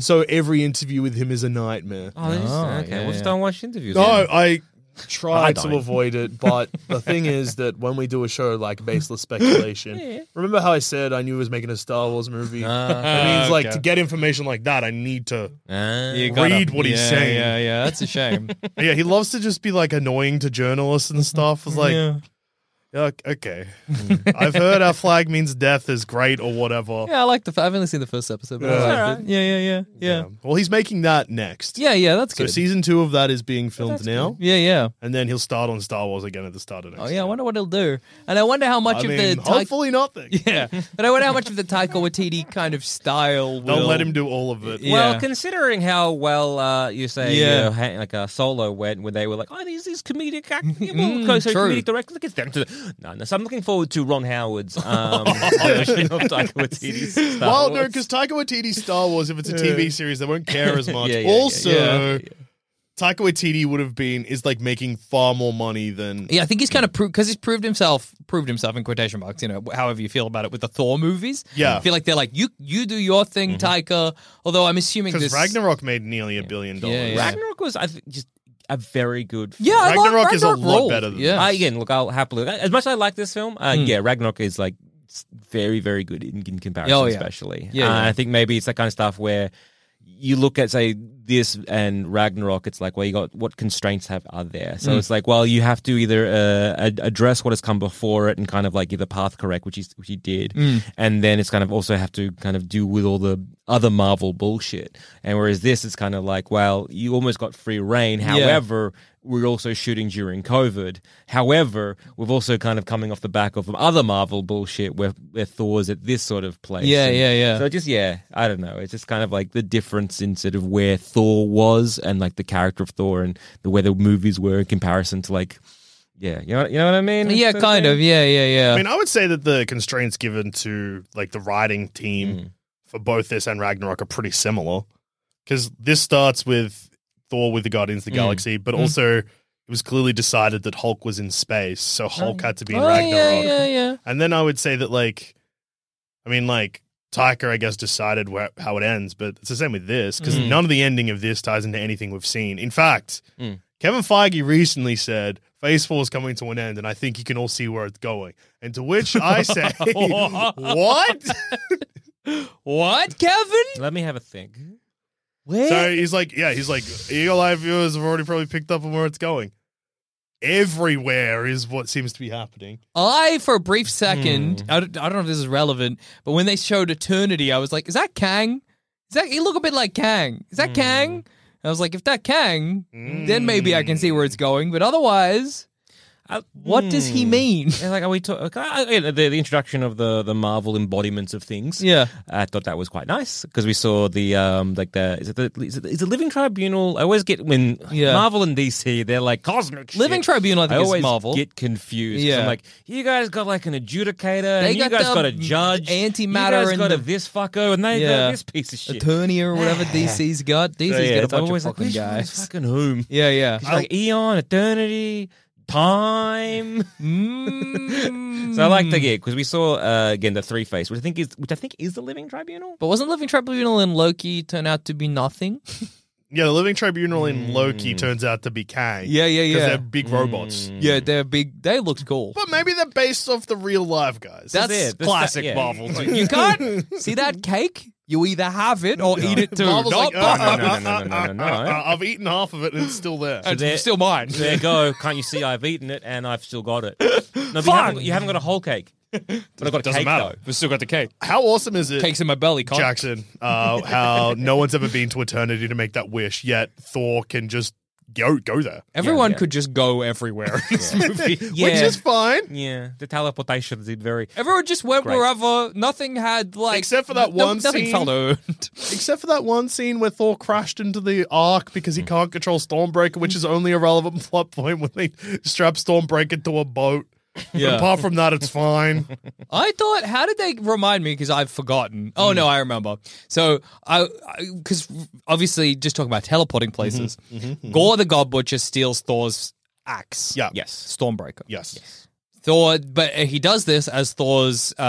So every interview with him is a nightmare. Oh, interesting. okay. yeah, well, just yeah. don't watch interviews. No, I I try don't. to avoid it, but the thing is that when we do a show like baseless speculation, remember how I said I knew he was making a Star Wars movie? that means like to get information like that, I need to Ah. You Read what he's yeah, saying. Yeah, yeah. That's a shame. Yeah, he loves to just be like annoying to journalists and stuff. It's like, Yeah. yeah, okay. (laughs) I've heard our flag means death is great or whatever. Yeah, I like the. f- I've only seen the first episode. But I Yeah. liked Alright. it. yeah, yeah, yeah, yeah, Well, he's making that (laughs) next. yeah, yeah. That's So good. season two of that is being filmed now, yeah, yeah. and then he'll start on Star Wars again at the start of next. Oh yeah, I wonder what he'll do, and I wonder how much I of mean, the Taika, hopefully nothing. (laughs) yeah, and I wonder how much of the Taika Waititi kind of style. Will, Don't let him do all of it. Yeah. Well, considering how well uh, you say Yeah. you know, ha- like a solo went, where they were like, "Oh, these these comedic actors, Mm, so true. comedic directors." Look, it's them to the- no, no. So I'm looking forward to Ron Howard's um, version of Taika Waititi's Star Well, no, Wars. because Taika Waititi's Star Wars, if it's a TV series, they won't care (laughs) as much. Yeah, yeah, yeah, also, yeah, yeah. Taika Waititi would have been is like making far more money than Yeah, I think he's kind of proved because he's proved himself, proved himself in quotation marks. You know, however you feel about it with the Thor movies. Yeah. I feel like they're like you, you do your thing, Taika. Although I'm assuming this because Ragnarok made nearly a billion dollars. yeah. Ragnarok was I think, just a very good. Yeah, I love Ragnarok is a lot ruled. better than yeah. I, again, look, I'll happily as much as I like this film. Hmm. Uh, Yeah, Ragnarok is like s- very, very good in, in comparison, Oh, yeah. especially. Yeah, Uh, yeah. I think maybe it's that kind of stuff where you look at say this and Ragnarok, it's like, well, you got what constraints have are there? So it's like, well, you have to either uh, ad- address what has come before it and kind of like give the path correct, which he which he did, and then it's kind of also have to kind of do with all the other Marvel bullshit. And whereas this is kind of like, well, you almost got free reign. However. We're also shooting during COVID. However, we've also kind of coming off the back of other Marvel bullshit where, where Thor's at this sort of place. Yeah, And yeah, yeah. So just yeah, I don't know. It's just kind of like the difference in sort of where Thor was and like the character of Thor and the way the movies were in comparison to like yeah, you know, you know what I mean? Yeah, Sort kind of. thing. Yeah, yeah, yeah. I mean, I would say that the constraints given to like the writing team Hmm. for both this and Ragnarok are pretty similar because this starts with Thor with the Guardians of the Hmm. Galaxy, but also it was clearly decided that Hulk was in space, so Hulk had to be in oh, Ragnarok. yeah, yeah, yeah. And then I would say that like, I mean, like Taika, I guess, decided where, how it ends, but it's the same with this because none of the ending of this ties into anything we've seen. In fact, Kevin Feige recently said Phase Four is coming to an end, and I think you can all see where it's going. And to which I say, what? What, Kevin? Let me have a think. Where? so he's like, yeah, he's like, eagle eye viewers have already probably picked up on where it's going. Everywhere is what seems to be happening. I, for a brief second, Hmm. I, don't, I don't know if this is relevant, but when they showed Eternity, I was like, is that Kang? Is that, he look a bit like Kang. Is that Kang? And Hmm. I was like, if that Kang, then maybe I can see where it's going. But otherwise, Uh, what does Hmm. he mean? Yeah, Hmm. like are we uh, talking the, the introduction of the the Marvel embodiments of things? (laughs) Yeah. I thought that was quite nice because we saw the um like the is it the is it, is it Living Tribunal? I always get when Yeah. Marvel and DC they're like cosmic. shit. Living Tribunal, I think, is always Marvel. get confused. 'cause Yeah. I'm like you guys got like an adjudicator. They and got you guys the got a judge. antimatter You guys and got a the- this fucker, and they Yeah. got this piece of shit. Attorney or whatever DC's got. DC's So, yeah, got a it's- I'm bunch of always fucking like, which one's guys. fucking whom? (laughs) Oh. Yeah, yeah. It's like eon, eternity, time. Mm. (laughs) So I like the gig because we saw uh, again the three face, which I think is which I think is the Living Tribunal. (laughs) but wasn't Living Tribunal and Loki turn out to be nothing? Yeah, the Living Tribunal in Loki turns out to be Kang. Mm. Yeah, yeah, yeah. Mm. Because they're big robots. Yeah, they're big. They looked cool. But maybe they're based off the real life guys. That's it. That's classic that- yeah. (laughs) Marvel. You can't (laughs) see that cake. You either have it or eat it too. Marvel's Not like, (laughs) uh, both. no, uh, no, no, uh, no, no, no, uh, no. uh, I've eaten half of it and it's still there. It's there- still mine. There you go. Can't you see I've eaten it and I've still got it? No, but you haven't, you haven't got a whole cake. (laughs) But I've got a Doesn't cake matter. though. But still got the cake. How awesome is (laughs) it, Cakes in my belly. Can't. Jackson? (laughs) Uh, how no one's ever been to eternity to make that wish, yet Thor can just go go there, Everyone Yeah, yeah. could just go everywhere in this movie. which is fine. Yeah, the teleportation did very. Everyone just went Great. wherever. Nothing had like Except for that no- one Nothing scene. felt earned. Except for that one scene where Thor crashed into the Ark because he Hmm. can't control Stormbreaker, which is only a relevant (laughs) plot point when they strap Stormbreaker to a boat. Yeah. Apart from (laughs) that, it's fine. I thought, how did they remind me? Because I've forgotten. Oh Mm. no, I remember. So I, because obviously, just talking about teleporting Mm-hmm. places, Gore the God Butcher steals Thor's axe. Yeah. Yes. Stormbreaker. Yes. Thor, but uh, he does this as Thor's uh,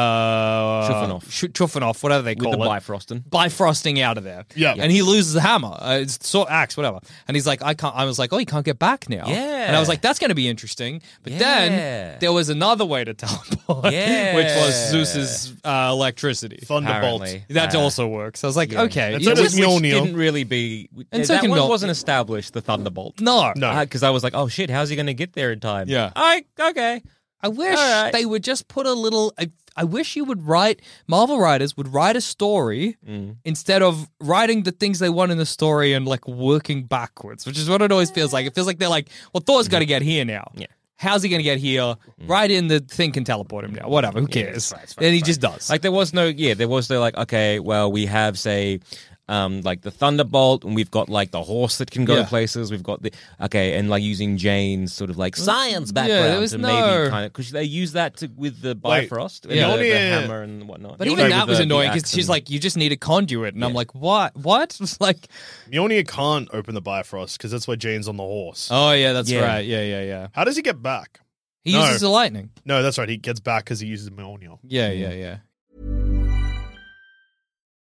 Trufanoff. Sh- Trufanoff, whatever they With call the it, Bifrosting. bifrosting out of there. Yeah. and he loses the hammer, uh, it's so axe, whatever. And he's like, I can't. I was like, oh, he can't get back now. Yeah. and I was like, that's going to be interesting. But Yeah. then there was another way to (laughs) teleport, Yeah. which was Zeus's uh, electricity. Thunderbolt. Apparently. That Uh, also works. I was like, okay, And you so does just- Mjolnir. Which didn't really be. And that so can one Mjol- wasn't established. The Thunderbolt. Uh, no, No. Because I was like, oh shit, how's he going to get there in time? Uh, Yeah. I okay. I wish All right. they would just put a little. I, I wish you would write. Marvel writers would write a story Mm. instead of writing the things they want in the story and like working backwards, which is what it always feels like. It feels like they're like, well, Thor's got to Mm-hmm. get here now. Yeah. How's he going to get here? Mm. Write in the thing can teleport him now. Whatever. Who cares? it's fine, it's fine, and he it's just does. Like there was no yeah, there was no like okay, well we have say um like the thunderbolt and we've got like the horse that can go Yeah. places. We've got the okay and like using Jane's sort of like science there background was to no- maybe kind of because they use that to with the Wait, Bifrost yeah. and the, the Mjolnir- hammer and whatnot. but Mjolnir even with that was the- annoying the because axe she's and- like, you just need a conduit. And I'm like, what? What? (laughs) It's like, Mjolnir can't open the Bifrost because that's where Jane's on the horse. oh, yeah, that's Yeah. right. Yeah, yeah, yeah. How does he get back? He No. uses the lightning. No, that's right. He gets back because he uses Mjolnir. Yeah, yeah, yeah.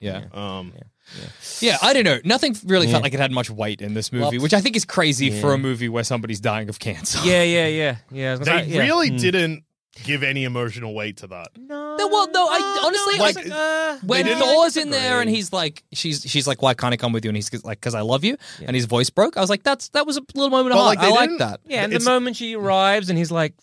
Yeah. Um, Yeah, I don't know. Nothing really felt like it had much weight in this movie, which I think is crazy for a movie where somebody's dying of cancer. Yeah, (laughs) yeah, yeah, yeah. I was Uh, gonna They say- yeah. really didn't give any emotional weight to that. Hmm. No, well, no. Oh, I honestly, Like, I was uh, when they didn't Thor's in there disagree. and he's like, she's she's like, why can't I come with you? And he's like, because I love you. And his voice broke. I was like, that's that was a little moment of But, heart. like, they I like didn't- that. Yeah, and the It's- moment she arrives and he's like,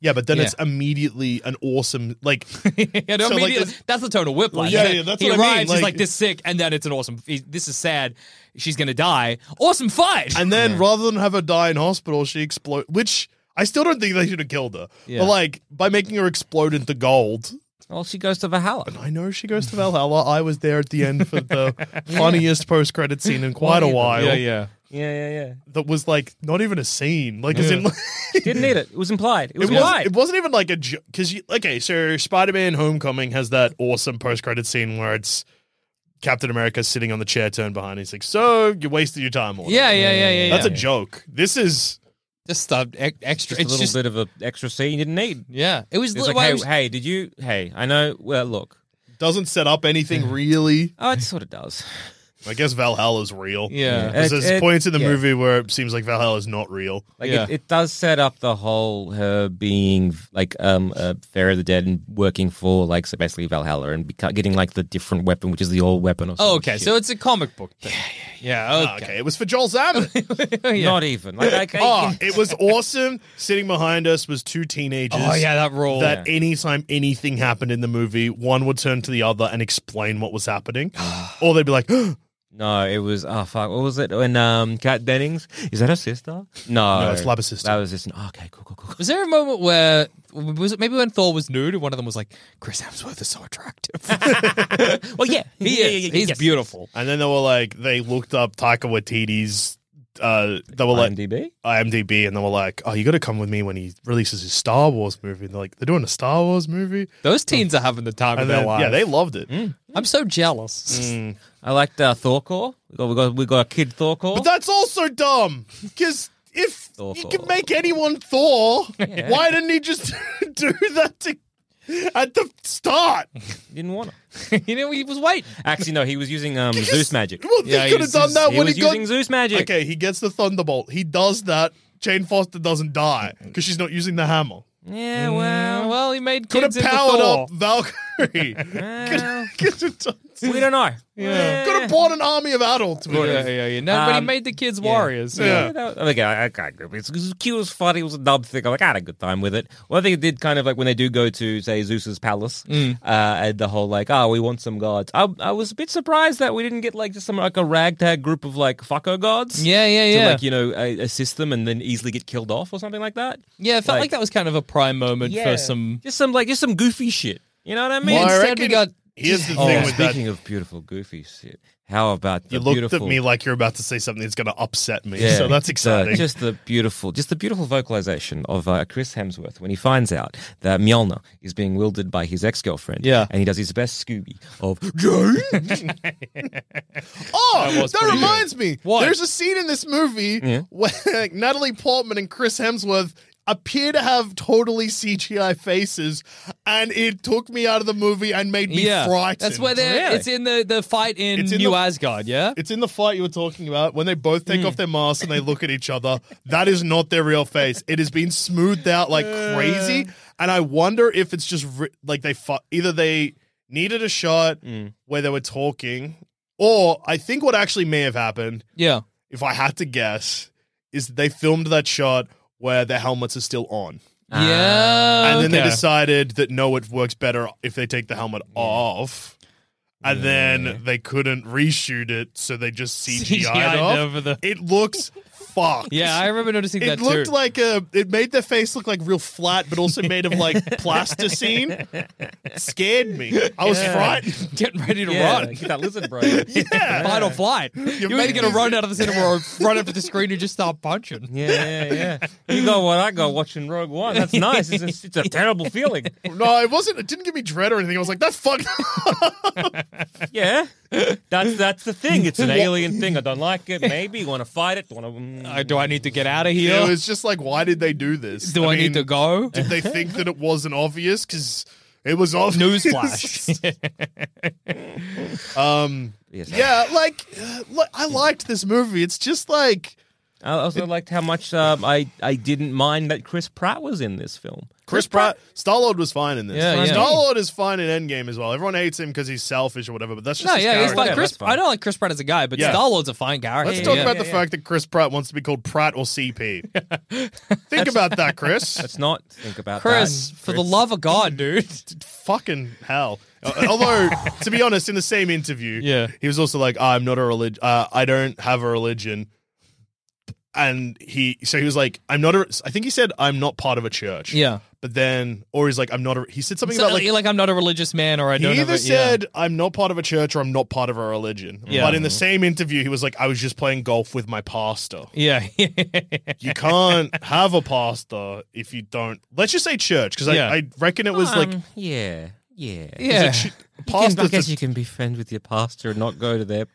Yeah, but then Yeah. it's immediately an awesome like. (laughs) You know, So, like, immediately- this- that's the total whiplash. Yeah, isn't it? yeah, that's he what I mean, arrives, he's like- like this sick, and then it's an awesome. he- This is sad. She's gonna die. Awesome fight. And then rather than have her die in hospital, she explode. Which I still don't think they should have killed her. Yeah. But like by making her explode into gold, "Well, she goes to Valhalla." I know she goes to Valhalla. I was there at the end for the (laughs) funniest post credit scene in quite a while. yeah, yeah. Yeah, yeah, yeah. That was like not even a scene. Like, as in, Didn't need it. It was implied. It was (laughs) It, implied. was, it wasn't even like a because you okay. So Spider-Man: Homecoming has that awesome post-credit scene where it's Captain America sitting on the chair turned behind. He's like, "So you wasted your time." Or Yeah, yeah, yeah, yeah. that's yeah. a joke. This is just uh, e- extra. just a it's little just bit of an extra scene you didn't need. yeah. It was, It's li- like, why hey, it was- hey, did you? Hey, I know. Well, look. doesn't set up anything really. Oh, it sort of does. I guess Valhalla's real. Yeah. 'Cause It- there's it- points in the yeah. movie where it seems like Valhalla's not real. (laughs) Like Yeah. it, it does set up the whole her being like um a fairy of the dead and working for like so basically Valhalla and beca- getting like the different weapon, which is the old weapon. Or Oh, some okay. shit. So it's a comic book. Thing. Yeah, yeah. Ah, Okay. it was for Joel Zammit. (laughs) not even (laughs) like I, I, Ah, it was awesome. Sitting behind us was two teenagers. Oh yeah, that role. that anytime anything happened in the movie, one would turn to the other and explain what was (sighs) happening, or they'd be like, "No, No, it was oh fuck. What was it? When um Kat Dennings is that her sister? No, it's Labba's sister." Labba's sister. Oh, okay, cool, cool, cool. cool. was there a moment where was it maybe when Thor was nude and one of them was like, "Chris Hemsworth is so (laughs) attractive. (laughs) Well, yeah, he yeah, yeah, is. yeah, He's yes. beautiful." And then they were like, they looked up Taika Waititi's. Uh, they were like IMDb. IMDb, and they were like, "Oh, you got to come with me when he releases his Star Wars movie." And they're like, "They're doing a Star Wars movie," Those teens are having the time of and their then life. yeah, they Mm. loved it. Mm. I'm so jealous. I liked uh, Thorcore. We got we got we got a kid Thorcore. But that's also dumb because if Thor, you Thor. could make anyone Thor, why didn't he just (laughs) do that to, at the start? Didn't want to. you know, he was waiting. Actually, no, he was using um Zeus magic. Well, Yeah, they he could have was done using- that he when was he got using Zeus magic. Okay, he gets the thunderbolt. He does that. Jane Foster doesn't die because she's not using the hammer. Yeah, well, Mm, Well, he made Could have kids into powered Thor. up (laughs) Valkyrie. could we don't know. have bought an army of adults. with Yeah, him. yeah, yeah. No, but he Um, made the kids warriors. Yeah. You know, okay, I, I, can't agree with it. It's- it's cute, it was funny, it was a dumb thing. I, like, I had a good time with it. One thing it did kind of like when they do go to, say, Zeus's palace, uh, and the whole like, oh, we want some gods. I, I was a bit surprised that we didn't get like just some like a ragtag group of like fucker gods. Yeah, yeah, To yeah. like, you know, a- assist them and then easily get killed off or something like that. Yeah, it felt like, Like- that was kind of a prime moment for some. Just some like, just some goofy shit. You know what I mean? Well, I Instead, we reckon- got. Here's the Oh, thing with that. speaking of beautiful goofy shit, how about the You looked beautiful at me like you're about to say something that's going to upset me. Yeah. so that's (laughs) exciting. The- just the beautiful, just the beautiful vocalization of uh, Chris Hemsworth when he finds out that Mjolnir is being wielded by his ex girlfriend. Yeah. and he does his best Scooby of oh, That was that, pretty reminds me. What? There's a scene in this movie where Natalie Portman and Chris Hemsworth appear to have totally CGI faces, and it took me out of the movie and made me Yeah, frightened. that's where they. are Really? It's in the the fight in, It's in New the- Asgard. Yeah, It's in the fight you were talking about when they both Hmm. take off their masks and they look at each other. That is not their real face. It has been smoothed out like crazy, and I wonder if it's just ri- like they fu- either they needed a Hmm. shot where they were talking, or I think what actually may have happened yeah. if I had to guess, is they filmed that shot where their helmets are still on. yeah. Ah. And then they okay. decided that no, it works better if they take the helmet off. And then they couldn't reshoot it, so (laughs) they just CGI'd, CGI'd off. over the- It looks fucked. Yeah, I remember noticing It that looked too. like a. It made their face look like real flat, but also made of (laughs) like plasticine. Scared me. I was frightened. (laughs) Getting ready to Yeah, run. get that lizard brain. (laughs) Yeah. Fight or flight. You're, either making going to these- run out of the cinema or run up to the screen and just start punching. (laughs) Yeah, yeah, yeah. You got what I got watching Rogue One. That's nice. It's a, it's a terrible feeling. No, it wasn't. It didn't give me dread or anything. I was like, that (laughs) fucked. Yeah, that's that's the thing. It's an alien thing. I don't like it. Maybe want to fight it. mm. Want to? (laughs) Uh, do I need to get out of It here? was just like, why did they do this? Do I, need mean, to go? Did they think that it wasn't obvious? Because it was obvious. Newsflash. (laughs) (laughs) um, yeah, like, uh, li- I liked this movie. It's just like I also liked how much um, I I didn't mind that Chris Pratt was in this film. Chris Pratt. Star Lord was fine in this. Yeah, yeah. Star Lord is fine in Endgame as well. Everyone hates him because he's selfish or whatever. But that's just no, his yeah, he's character. like Yeah, Chris. that's fine. I don't like Chris Pratt as a guy, but Yeah. Star Lord's a fine character. Let's talk yeah. about the fact that Chris Pratt wants to be called Pratt (laughs) or CP. Think about that, Chris. Let's not think about Chris, that. for the love of (laughs) God, dude. Fucking hell. Uh, Although, to be honest, in the same interview, Yeah. he was also like, "I'm not a religion. Uh, I don't have a religion." And he, so he was like, "I'm not a." I think he said, "I'm not part of a church." Yeah. But then, or he's like, "I'm not a." He said something So, uh, about like, like. I'm not a religious man, or I He don't. either have a, yeah. said, I'm not part of a church or I'm not part of a religion. Yeah. But in the same interview, he was like, I was just playing golf with my pastor. (laughs) Yeah. you can't have a pastor if you don't. Let's just say church, because Yeah. I, I reckon it was like Um, yeah, yeah, yeah. You can- I pastor. guess you can be friends with your pastor and not go to their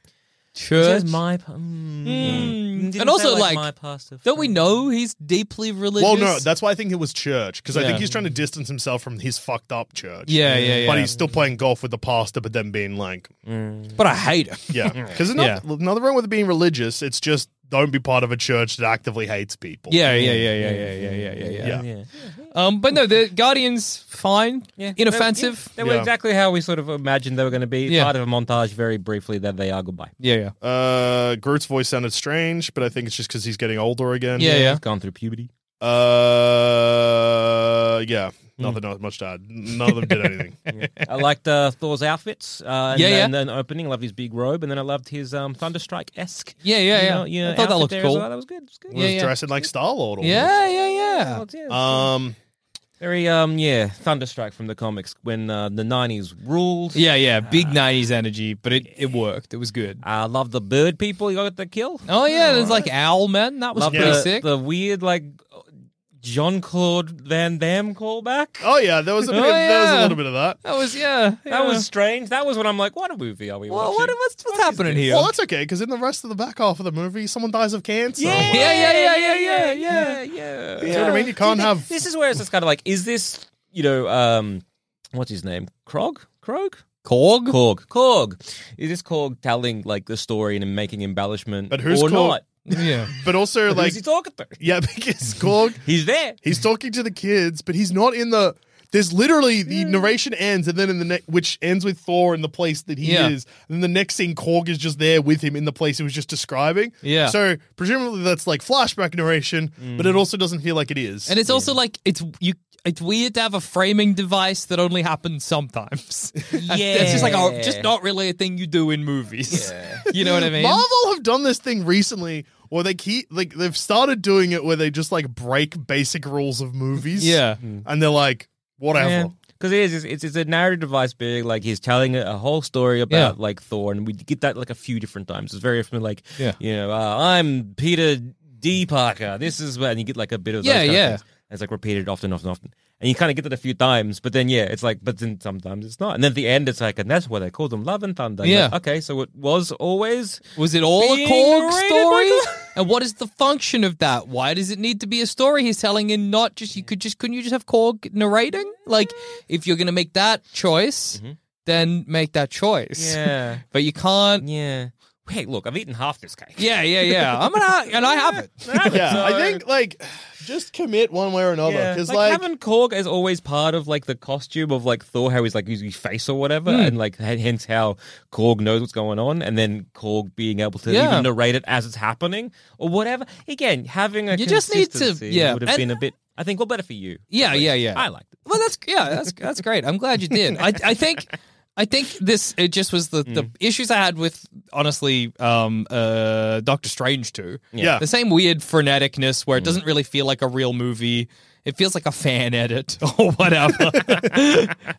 Church. Says my pa- mm. Didn't And also, say, like, my pastor. Don't we friend. know he's deeply religious? well, no, that's why I think it was church, because I Yeah. think he's trying to distance himself from his fucked up church. Yeah, yeah, But yeah. he's still playing golf with the pastor, but then (laughs) being like, but I hate him. yeah, because Yeah. nothing wrong with being religious. It's just don't be part of a church that actively hates people. Yeah, yeah, yeah, yeah, yeah, yeah, yeah, yeah, yeah. yeah. Yeah. Um, but no, the Guardians fine, Yeah. inoffensive. They were Yeah. exactly how we sort of imagined they were going to be. Yeah. Part of a montage, very briefly, that they are goodbye. Yeah, yeah, Uh, Groot's voice sounded strange, but I think it's just because he's getting older again. yeah, yeah. He's gone through puberty. Uh, Mm. yeah. Nothing not much to add. None of them did anything. (laughs) I liked uh, Thor's outfits. Uh, and Yeah, yeah. And then opening, I loved his big robe, and then I loved his um, Thunderstrike esque. Yeah, yeah, yeah. You know, you know, I thought that outfit looked there as cool. well. That was good. It was good. Yeah, was dressing like Star Lord. Yeah, yeah, yeah. Um. Very um yeah, Thunderstrike from the comics when uh, the nineties ruled. Yeah, yeah. Big nineties energy, but it, it worked. It was good. Uh, I Uh, love the bird people you got to kill. Oh yeah, there's like Owl Man. That was love pretty the, sick. the weird like Jean Claude Van Damme callback. Oh yeah, there was a bit of, there was yeah. a little bit of that. that was yeah. That was strange. That was when I'm like, what a movie are we well, watching? what, what's what's happening here? Well, that's okay because in the rest of the back half of the movie, someone dies of cancer. yeah, yeah, yeah, yeah, yeah, yeah. yeah, yeah. Do you know what I mean? You can't have. This is where it's just kind of like, is this you know um what's his name? Krog? Krog? Korg. Korg. Korg. Is this Korg telling like the story and making embellishment? But who's or Korg? not? Yeah. But also, like, Who's he talking to? yeah, (laughs) because Gorg, He's there. he's talking to the kids, but he's not in the. There's literally the narration ends, and then in the next, which ends with Thor in the place that he Yeah. is, and then the next scene, Korg is just there with him in the place he was just describing. Yeah. Mm. So presumably that's like flashback narration, but it also doesn't feel like it (laughs) is. (laughs) And it's also like it's you. It's weird to have a framing device that only happens (laughs) sometimes. it's just like oh, just not really a thing you do in movies. (laughs) you know what I mean? Marvel have done this thing recently where they keep like they've started doing it where they just like break basic rules of movies. Yeah. And they're like, whatever. Because it is, it's- it's, it's a narrative device being like he's telling a, a whole story about Yeah. like Thor, and we get that like a few different times. It's very often like, Yeah. you know, uh, I'm Peter D. Parker. This is where, and you get like a bit of those Yeah, kind of yeah. things. And it's like repeated often, often, often, and you kind of get that a few times. But then yeah, it's like, but then sometimes it's not. And then at the end, it's like, and that's why they call them Love and Thunder. You're Yeah. like, okay, so it was (laughs) always Was it all a Being Korg narrated by (laughs) story? Korg. and what is the function of that? Why does it need to be a story he's telling and not just you could just couldn't you just have Korg narrating? Like if you're gonna make that choice, then make that choice. Mm-hmm. yeah, (laughs) But you can't yeah. hey, look, I've eaten half this cake. Yeah, yeah, yeah. I'm gonna, and I have it. yeah, (laughs) (laughs) I So- think like (sighs) just commit one way or another because like, like, haven't Korg is always part of like the costume of like Thor, how he's like using his face or whatever, Hmm. and like h- hence how Korg knows what's going on, and then Korg being able to Yeah. even narrate it as it's happening or whatever. Again, having a You just need to- consistency yeah, would have and- been a bit. I think well better for you. Yeah, yeah, yeah. I liked it. Well, that's yeah, that's that's great. I'm glad you did. I I think I think this it just was the Mm. the issues I had with honestly um uh Doctor Strange too. Yeah. The same weird freneticness Mm. where it doesn't really feel like a real movie. It feels like a fan edit (laughs) or (laughs) whatever.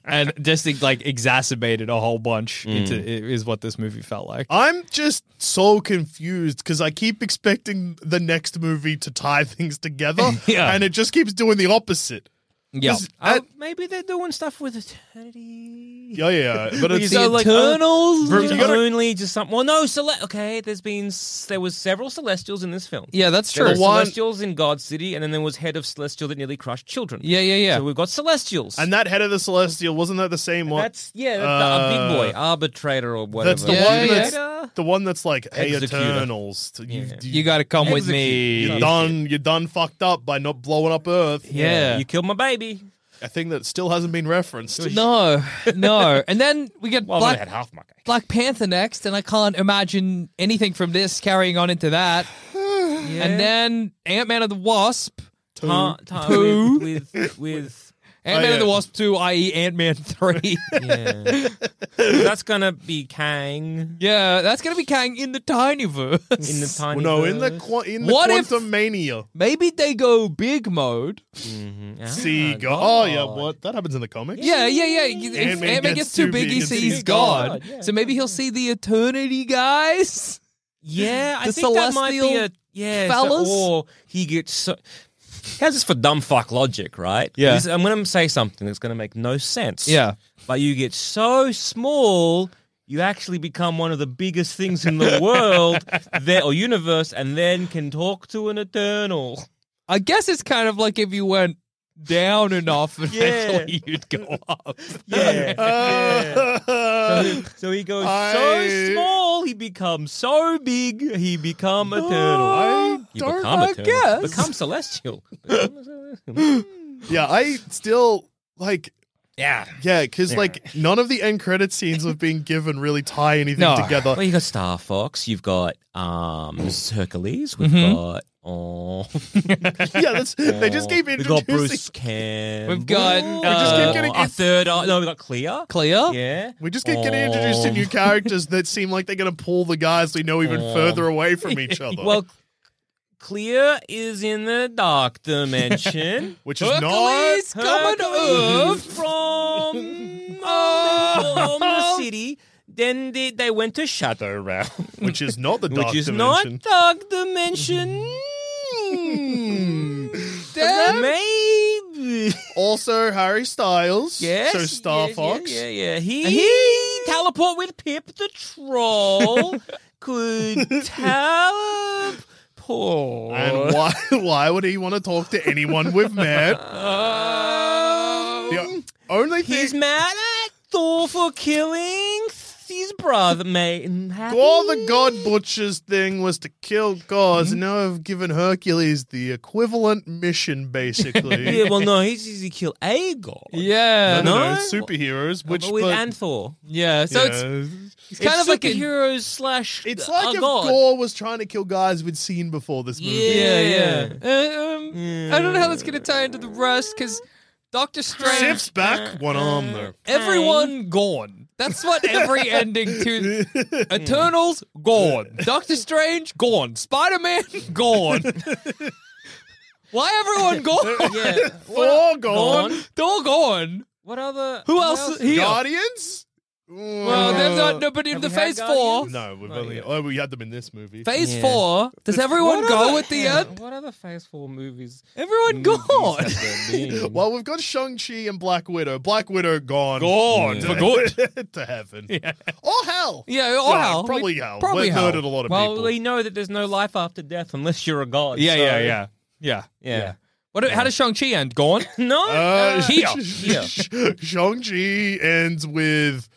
and just like exacerbated a whole bunch Mm. into is what this movie felt like. Uh, I'm just so confused because I keep expecting the next movie to tie (laughs) things together, (laughs) Yeah. and it just keeps doing the opposite. Yeah. Is- Oh, I- maybe they're doing stuff with eternity. Yeah, yeah, (laughs) yeah, but it's So, like, Eternals? uh, You gotta- only just some. Well, no, Cele- okay. There's been s- there was several Celestials in this film. Yeah, that's There true. were The one- Celestials in God's City, and then there was head of Celestial that nearly crushed children. Yeah, yeah, yeah. So we've got Celestials. and that head of the celestial wasn't that the same one? that's, yeah, that's Uh, the, a big boy, arbitrator or whatever. That's the Yeah, one. yeah. That's the one that's like, hey, Executor. Eternals, you, you got to come with Execute. me. are done. You're done. Fucked up by not blowing up Earth. yeah. You killed my baby. a thing that still hasn't been referenced. No, no. And then we get Well, I Black, had half my cake. Black Panther next, and I can't imagine anything from this carrying on into that. And then Ant Man and the Wasp. Ta- ta- Poo. With, with, with Ant Man and the yeah. Wasp e 2, i.e., Ant Man 3. (laughs) yeah. that's gonna be Kang yeah, that's going to be Kang in the tiny verse. in the Well, tiny. no, in the verse. qua- in the What if- Oh quantum mania. Maybe they go big mode. See, go. Oh God. yeah, what that happens in the comics? Yeah, yeah, yeah. If Ant Ant-Man Man gets, too big, he sees God, God. yeah. So maybe he'll see the eternity guys. yeah, I the think that might be celestial a yeah. fellas? So, or he gets so. How's this for dumb fuck logic, right? Yeah. This- I'm gonna say something that's gonna make no sense. Yeah. but you get so small you actually become one of the biggest things in the (laughs) world there or universe and then can talk to an eternal I guess it's kind of like if you went down enough, (laughs) eventually you'd go up. yeah, Uh, so he goes I- so small he becomes so big he become eternal I you don't- become I eternal guess. become celestial (laughs) (laughs) yeah, I still like. yeah Yeah, because like none of the end credit scenes have been given really tie anything No. together. (laughs) well you got star fox you've got um hercules we've got oh yeah, that's, (laughs) they just Oh, keep we've introducing. got (laughs) bruce campbell We've got, uh, just keep getting a in- third eye no we've got clear Cleo? Yeah. We just keep getting introduced to new characters that seem like they're going to pull the guys we know even further away from (laughs) each other. Well, Clear is in the dark (laughs) dimension. which is not. Hercules coming Hercules up. (laughs) from Oh. um, the city. Then they, they went to (laughs) Shadow Realm, Which is not the dark which is dimension. not dark dimension. Damn. Maybe. also, Harry Styles. Yes. So Star yeah, Fox. Yeah, yeah. yeah. He, he teleport with Pip the (laughs) troll. could teleport. And why (laughs) why would he want to talk to anyone (laughs) we've met? Um, The o- only thing Oh. He's mad at Thor for killing his brother, mate. and happy- all the God Butchers thing was to kill gods, Hmm? and now I've given Hercules the equivalent mission, (laughs) basically. Yeah, well, no, he's easy to kill a god. Yeah. I don't know, No? superheroes, which but with but- and Thor. Yeah. So it's, Yeah. it's kind of like a. heroes slash. It's like a if god. Gore was trying to kill guys we'd seen before this movie. Yeah, yeah. Uh, um, I don't know how that's going to tie into the rest because Doctor Strange. Shifts back, one arm though. Everyone gone. That's what (laughs) every ending to Eternals gone. Doctor Strange gone. Spider Man (laughs) gone. Why (laughs) everyone gone? Yeah. Thor gone. They're all gone. What other? Who what else is here? Guardians? Well, there's not nobody in Have the we had phase four. Guardians? No, we've Not only yet. oh we had them in this movie. Phase Yeah. four. Does everyone What go other- at the yeah, end? What other Phase Four movies? Everyone gone. (laughs) gone. Well, we've got Shang-Chi and Black Widow. Black Widow gone. (laughs) Gone. To, For good. to heaven. Or hell. Yeah, or Yeah, hell. Probably We- hell. probably We've hell. murdered a lot of Well, people. we know that there's no life after death unless you're a god. so- yeah, yeah. What? How does Shang Chi end? Gone. (laughs) No, (laughs) (laughs) Uh, uh, Here. Shang-Chi ends with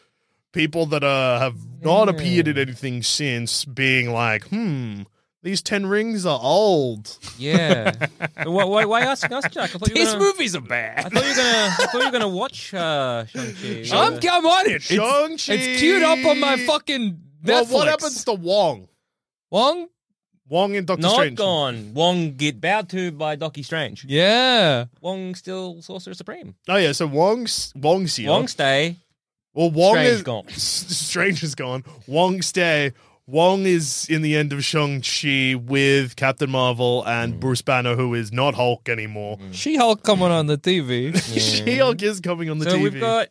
people that uh, have not appeared in anything since being like, hmm, these ten rings are old. Yeah. (laughs) why, why, why asking us, Jack? I thought you were These gonna, movies are I bad. thought you were gonna. I thought you were gonna watch uh, (laughs) Shang Chi. I'm, I'm on it. It's, Shang-Chi. it's queued up on my fucking Netflix. Well, what happens to Wong? Wong? Wong and Doctor not Strange. gone. Wong get bowed to by Doctor Strange. Yeah. Wong still Sorcerer Supreme. Oh yeah, so Wong's Wong's here. Wong stay. well, Wong Strange is gone. (laughs) Strange is gone. Wong stay. Wong is in the end of Shang Chi with Captain Marvel and Bruce Banner, who is not Hulk anymore. She Hulk coming on the TV. (laughs) She Hulk is coming on (laughs) the so TV. we've got.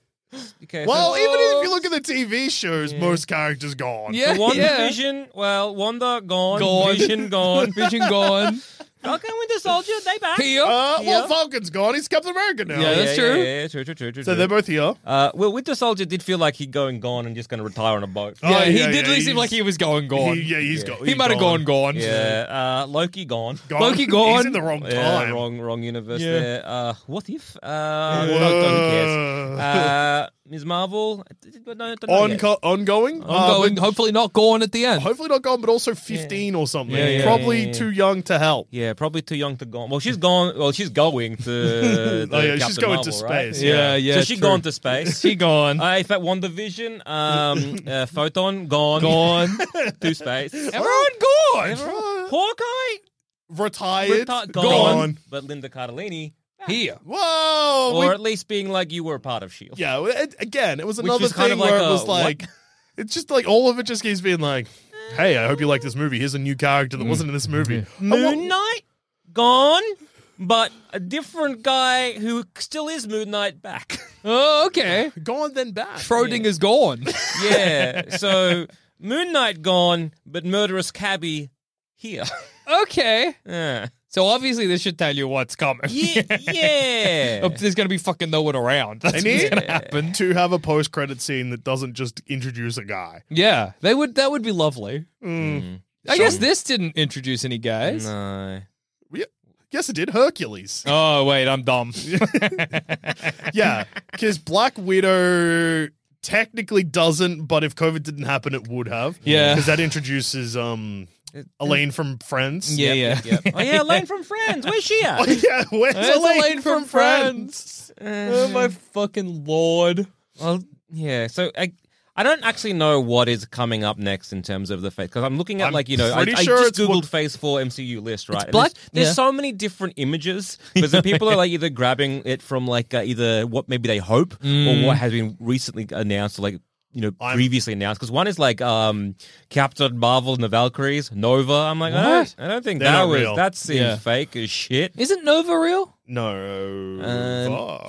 Okay. well, so, even if you look at the TV shows, most characters gone. Yeah. Wanda yeah. Vision, well, Wanda gone, Gone. Vision gone, (laughs) Vision gone. Falcon Winter Soldier, they back. Here. Uh, well, Yeah. Falcon's gone. He's Captain America now. Yeah, that's Yeah, true. yeah, yeah, true, true, true, true. So true. they're both here. Uh, well, Winter Soldier did feel like he'd going gone and just going to retire on a boat. Oh, yeah, he yeah, did yeah, seem like he's- he was going gone. He, yeah, he's go- he's gone. he might have gone gone. Yeah, uh, Loki gone. Gone. Loki He's gone. in the wrong (laughs) time. Yeah, wrong, wrong universe Yeah. there. Uh, what if? Uh, Whoa. no, who cares? Uh, Ms. Marvel, no, don't know yet. Onco- ongoing. Ongoing, Uh, hopefully not gone at the but end. hopefully not gone, but also 15 or something. Yeah, yeah, Probably yeah, yeah. too young to help. Yeah, probably too young to go. Well, she's gone. Well, she's going to. the Oh, yeah, she's Captain going Marvel, to right? space, yeah. Yeah, yeah, So she's true. gone to (laughs) space. She gone. Uh, in fact, WandaVision, um, uh, Photon gone, (laughs) gone. to space. Everyone gone. Hawkeye Retired. reti- gone, gone. but Linda Cardellini, Here. Whoa. or we- at least being like you were a part of Shield. yeah, well, it, again, it was Which another was thing kind of where like it a was what? like, it's just like all of it just keeps being like, hey, I hope you like this movie. Here's a new character that wasn't in this movie. I want- Mm-hmm. Moon Knight gone, but a different guy who still is Moon Knight back. Oh, okay. gone then back. Schrodinger's (laughs) gone. yeah, so Moon Knight gone, but murderous cabbie here. okay. yeah, So obviously this should tell you what's coming. yeah. yeah. Oh, There's going to be fucking no one around. (laughs) That's They what's need going to happen. to have a post credit scene that doesn't just introduce a guy. Mm. Yeah, they would. That would be lovely. I guess this didn't introduce any guys. No. Yeah. Yes, it did. Hercules. Oh wait, I'm (laughs) dumb. yeah, because Black Widow technically doesn't, but if COVID didn't happen, it would have. Yeah. because that introduces um Elaine from Friends. Yeah, yeah. (laughs) Oh yeah, Elaine from Friends. Where's she Oh, at? (laughs) yeah. Where's There's Elaine, Elaine from, Friends? oh my fucking lord. Well, yeah. So I, I don't actually know what is coming up next in terms of the phase because I'm looking at I'm like you know I, pretty I sure just it's what- googled phase four MCU list right. And black- There's, there's yeah. so many different images because then people are like either grabbing it from like uh, either what maybe they hope or what has been recently announced or like. You know, Mm. I'm- previously announced because one is like um Captain Marvel and the Valkyries, Nova. I'm like, I don't, I don't think They're that not was real. that seems Yeah. fake as shit. Isn't Nova real? No.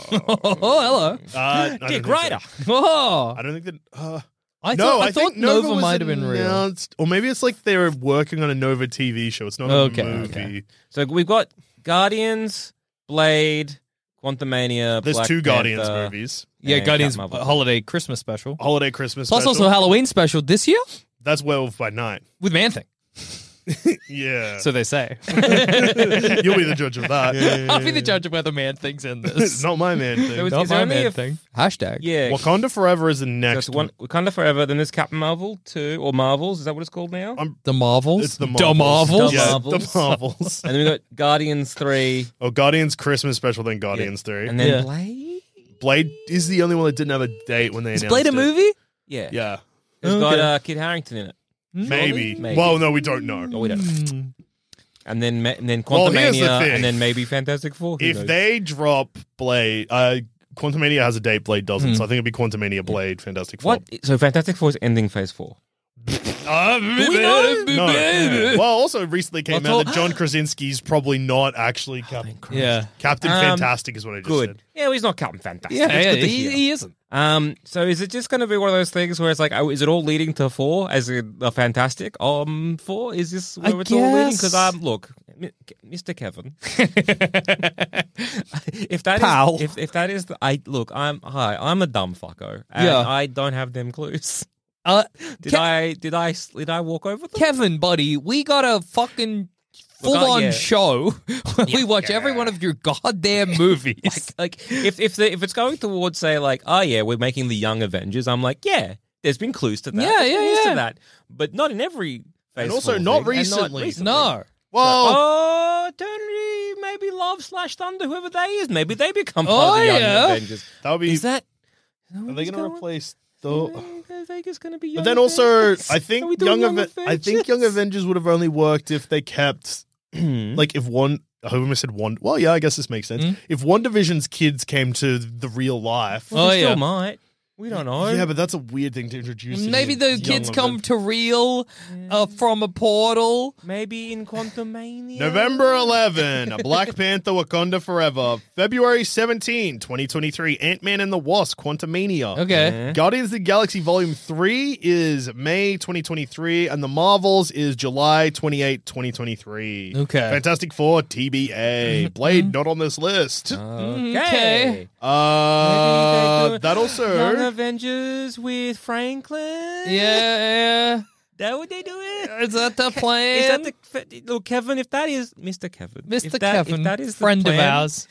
(laughs) Oh, hello. Uh, I don't think Dick so. Ryder. Oh, I don't think that. Uh, I no, thought, I I, thought think Nova, was might have been real. announced- or maybe it's like they're working on a Nova TV show. It's not a Okay, movie. okay. So we've got Guardians, Blade, Quantumania. There's Black two Guardians Panther. movies. Yeah, Yeah, Guardians Captain Marvel. holiday Christmas special. Holiday Christmas. Plus special. also Halloween special this year That's Werewolf by Night. with Man Thing. Yeah. So they (laughs) say. (laughs) You'll be the judge (laughs) of that. I'll be the judge of whether Man (laughs) Thing's in (laughs) It's this. not my man thing. There was- Not Is there my only Man a- Thing. Hashtag. Yeah. Wakanda Forever is the next There's one, one. Wakanda Forever. Then there's Captain Marvel two or Marvels. Is that what it's called now? Um, The Marvels. It's the Marvels. Da Marvels. Da Yeah, Marvels. (laughs) the Marvels. and then we got Guardians three, oh, Guardians Christmas special, then Guardians 3. and then Yeah. Blade. Blade is the only one that didn't have a date when they Is announced Blade a it. movie? Yeah. Yeah. It's got Okay. uh, Kid Harrington in it. Maybe. Maybe. Well, no, we don't know. Oh, we don't. Know. Mm. And then ma- and then Well, here's the Quantumania, thing. and then maybe Fantastic Four. Who if knows? they drop Blade, uh, Quantumania has a date, Blade doesn't. So I think it'd be Quantumania, Blade, Fantastic Four. Hmm. what? So Fantastic Four is ending Phase four. We know. No. Well, also recently came That's all- out that John Krasinski's probably not actually Cap- Yeah. Captain Oh, Um, Fantastic, is what I just said. Good. Yeah, well, he's not Captain Fantastic. Yeah, It's yeah, good to he, hear. he isn't. Um, so is it just going to be one of those things where it's like, oh, is it all leading to four as a, a fantastic um four? Is this where I it's all leading? Because guess. um, look, Mi- Mr. Kevin, (laughs) if that is Pal. if if that is the, I look, I'm hi, I'm a dumb fucko, and Yeah. I don't have them clues. Uh, Did Ke- I did I s- did I walk over them? Kevin, buddy, we got a fucking full on uh, yeah. show (laughs) where we watch every one of your goddamn movies. (laughs) like if if the, if it's going towards say like, oh yeah, we're making the Young Avengers, I'm like, yeah, There's been clues to that. Yeah, There's yeah, been clues yeah. To that, but not in every. Phase And also four not thing, and recently. No. Well, Oh, eternity, maybe Love slash Thunder, whoever they is, maybe they become part Oh, of the Young yeah. Avengers. that would be. Is that? are they going to replace the? Vegas going to be? But Young then also, Avengers? I Are think we doing Young, Aven- I think Young Avengers? Avengers would have only worked if they kept, like, if one. I hope I said one. Well, yeah, I guess this makes sense. If One Division's kids came to the real life, Well, Oh, they still yeah. might. We don't know. yeah, but that's a weird thing to introduce. in Maybe a the young kids come Aven- to real uh, Mm. from a portal. maybe in Quantum Mania. November 11, a Black Panther Wakanda Forever. February 17, 2023, Ant Man and the Wasp Quantumania. Okay. Guardians of the Galaxy Volume 3 is May 2023, and The Marvels is July 28, 2023. Okay. Fantastic Four, TBA. Blade, not on this list. Oh. Mm, Okay. Uh, that Young also. Avengers with Franklin. Yeah, that what they do it. yeah. Is that the plan? Is that the fe- look, Kevin? If that is Mr. Kevin, Mr. if that- Kevin, if that is the friend of plan, ours.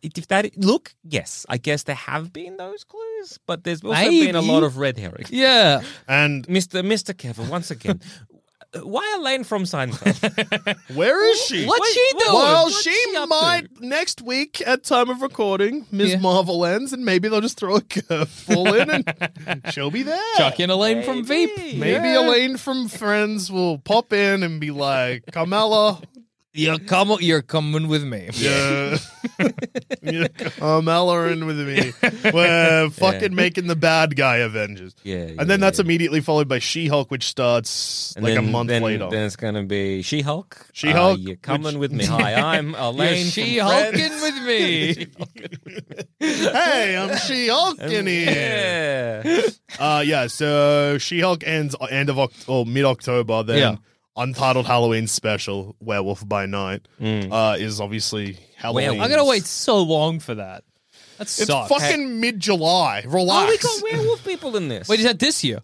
If that look, yes, I guess there have been those clues, but there's also been a Maybe. lot of red herring. Yeah. And Mr. Mr. Kevin, once again, (laughs) uh, why Elaine from (laughs) Seinfeld? where is she? What's she doing? Well, What's she, she up to? might next week at time of recording, Ms. Yeah. Marvel ends, and maybe they'll just throw a curveball in, and she'll be there. Chuck in Elaine from Veep. Maybe Yeah. Elaine from Friends will pop in and be like, "Carmela, You're, come, you're coming with (laughs) me. (laughs) yeah, (laughs) yeah, Carmela in with me. We're uh, fucking making the bad guy Avengers." Yeah, yeah, and then that's yeah. immedially followed by She-Hulk, which starts (laughs) And like a then- month then, later. Then it's gonna be She Hulk. She-Hulk, you're coming which- with (laughs) me. Hi, I'm You're Elaine. she from Friends. (laughs) hulking with (laughs) me. (laughs) hey, I'm She-Hulk in here. Yeah. Uh, yeah. So She-Hulk ends end of Oct- or mid October. Then Yeah. Untitled Halloween special, Werewolf by Night, Mm. uh, is obviously Halloween. I gotta wait so long for that. That It's sucks. fucking mid July. Oh, we Relax. got werewolf people in this. Wait, is that this year?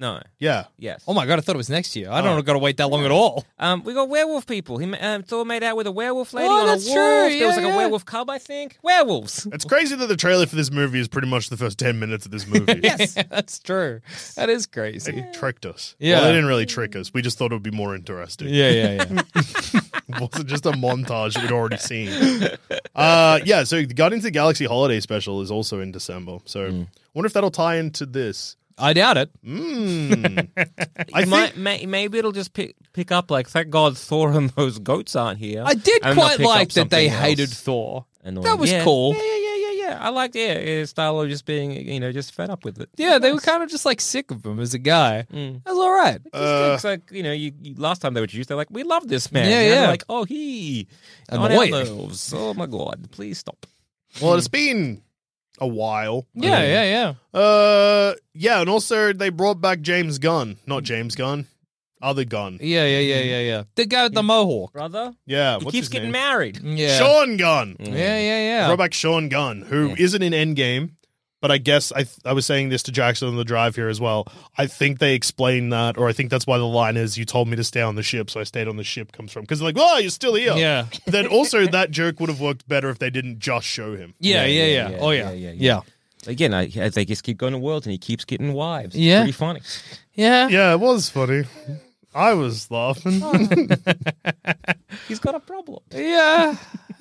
no. yeah. Yes. Oh my god, I thought it was next year. I don't gotta wait that long at all. Um, we got werewolf people. He um, Thor made out with a werewolf lady Oh, on that's a true. wolf. there was Yeah, like yeah. a werewolf cub, I think. Werewolves. (laughs) It's crazy that the trailer for this movie is pretty much the first ten minutes of this movie. (laughs) Yes. That's true. That is crazy. They tricked us. Yeah. Well, they didn't really trick us. We just thought it would be more interesting. Yeah, yeah, yeah. (laughs) It wasn't just a montage that we'd already seen. Uh, yeah, so the Guardians of the Galaxy holiday special is also in December. So Hmm. I wonder if that'll tie into (laughs) this. I doubt it. I It might, think- may, maybe it'll just pick pick up like thank God Thor and those goats aren't here. I did And they'll quite pick up like that they something hated else Thor. annoying. That was Yeah. cool. Yeah, yeah, yeah, yeah, yeah. I liked yeah, yeah Star Lord just being you know just fed up with it. Yeah, they were kind of just like sick of him as a guy. That was all right. Uh, it's like you know, you, you last time they were introduced, they're like, "We love this man." Yeah, And they're yeah. Like, oh, he on our Annoying. nerves. Oh my god, please stop. Well, it's been a while. Yeah, yeah, yeah. Uh, yeah, and also they brought back James Gunn, not James Gunn, other Gunn. Yeah, yeah, yeah, yeah, yeah. The guy with the mohawk. Brother, Yeah, he what's keeps his getting name? married. Yeah. Hmm. Sean Gunn. Yeah, yeah, yeah. Brought back Sean Gunn, who not in Endgame, but I guess I I was saying this to Jackson on the drive here as well. I think they explain that, or I think that's why the line is "You told me to stay on the ship, so I stayed on the ship." Comes from because like, oh, you're still here. Yeah. (laughs) then also that joke would have worked better if they didn't just show him. Yeah, yeah, yeah. Oh, yeah. yeah, Yeah, yeah. Again, I, I- they just keep going to worlds, and he keeps getting wives. It's Yeah. pretty funny. yeah. Yeah, it was funny. I was laughing. Oh, He's got a problem. Yeah,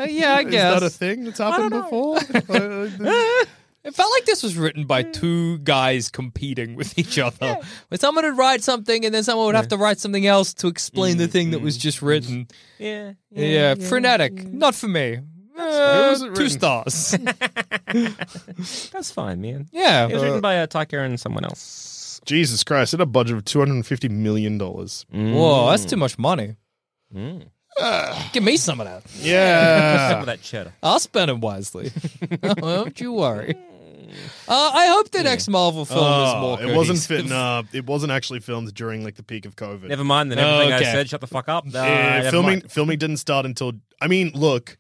yeah, I (laughs) Is guess. that a thing that's (laughs) happened before? (laughs) it felt like this was written by Mm. two guys competing with (laughs) each other. Where someone would write something, and then someone would have to write something else to explain Mm, the thing that was just written. Yeah, Yeah, frenetic. Not for me. Uh, was it two written? stars. that's fine, man. yeah. It was written by a Tyker and someone else. (laughs) Jesus Christ, it had a budget of $250 million. Mm. Mm. Whoa, that's too much money. (sighs) Give me some of that. Some (laughs) Yeah. of that cheddar. I'll spend it (laughs) wisely. (laughs) Don't you worry. Uh, I hope the next Marvel film is more. Mm. Oh, it wasn't cohesive. fit, nah, it wasn't actually filmed during like the peak of COVID. Never mind then. Everything I Okay. said, shut the fuck up. Nah, Yeah, never filming (laughs) mind. filming didn't start until I mean, look,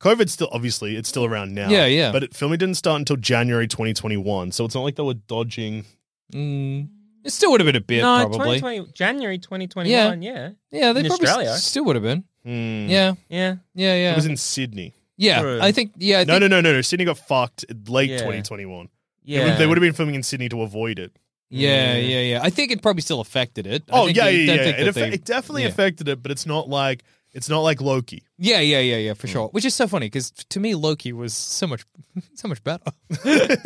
COVID's still obviously it's still around now. Yeah, yeah. But it, filming didn't start until January 2021, so it's not like they were dodging. (laughs) Mm, it still would have been a bit, No, probably. 2020, January 2021. Yeah. Yeah, they In probably s- Australia. still would have been. Hmm. Yeah, Yeah. yeah, yeah. It was in Sydney. yeah, True. I think. Yeah, I No, think, no, no, no, no. Sydney got fucked late Yeah. 2021. It Yeah. would- they would have been filming in Sydney to avoid it. Yeah, yeah, yeah. I think it probably still affected it. I Oh think yeah, it- yeah, I yeah. think It, that affe- they- it definitely yeah. affected it, but it's not like it's not like Loki. Yeah, yeah, yeah, yeah, for Mm. sure. Which is so funny because to me Loki was so much, (laughs) so much better (laughs)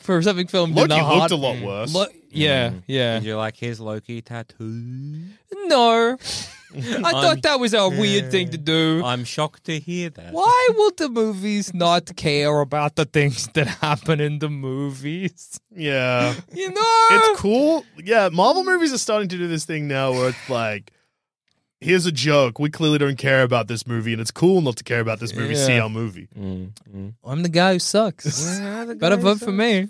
for something filmed in Loki the looked heart. a lot worse. Mm. Lo- yeah, yeah. Did you like his Loki tattoo? (laughs) No, (laughs) I thought that was a weird thing to do. I'm shocked to hear that. Why would the movies not care about the things that (laughs) happen in the movies? (laughs) yeah, You know, (laughs) it's cool. Yeah, Marvel movies are starting to do this thing now where it's like. Here's a joke. We clearly don't care about this movie, and it's cool not to care about this movie. See Yeah. Mm. our movie. I'm the guy who sucks. Better vote for me.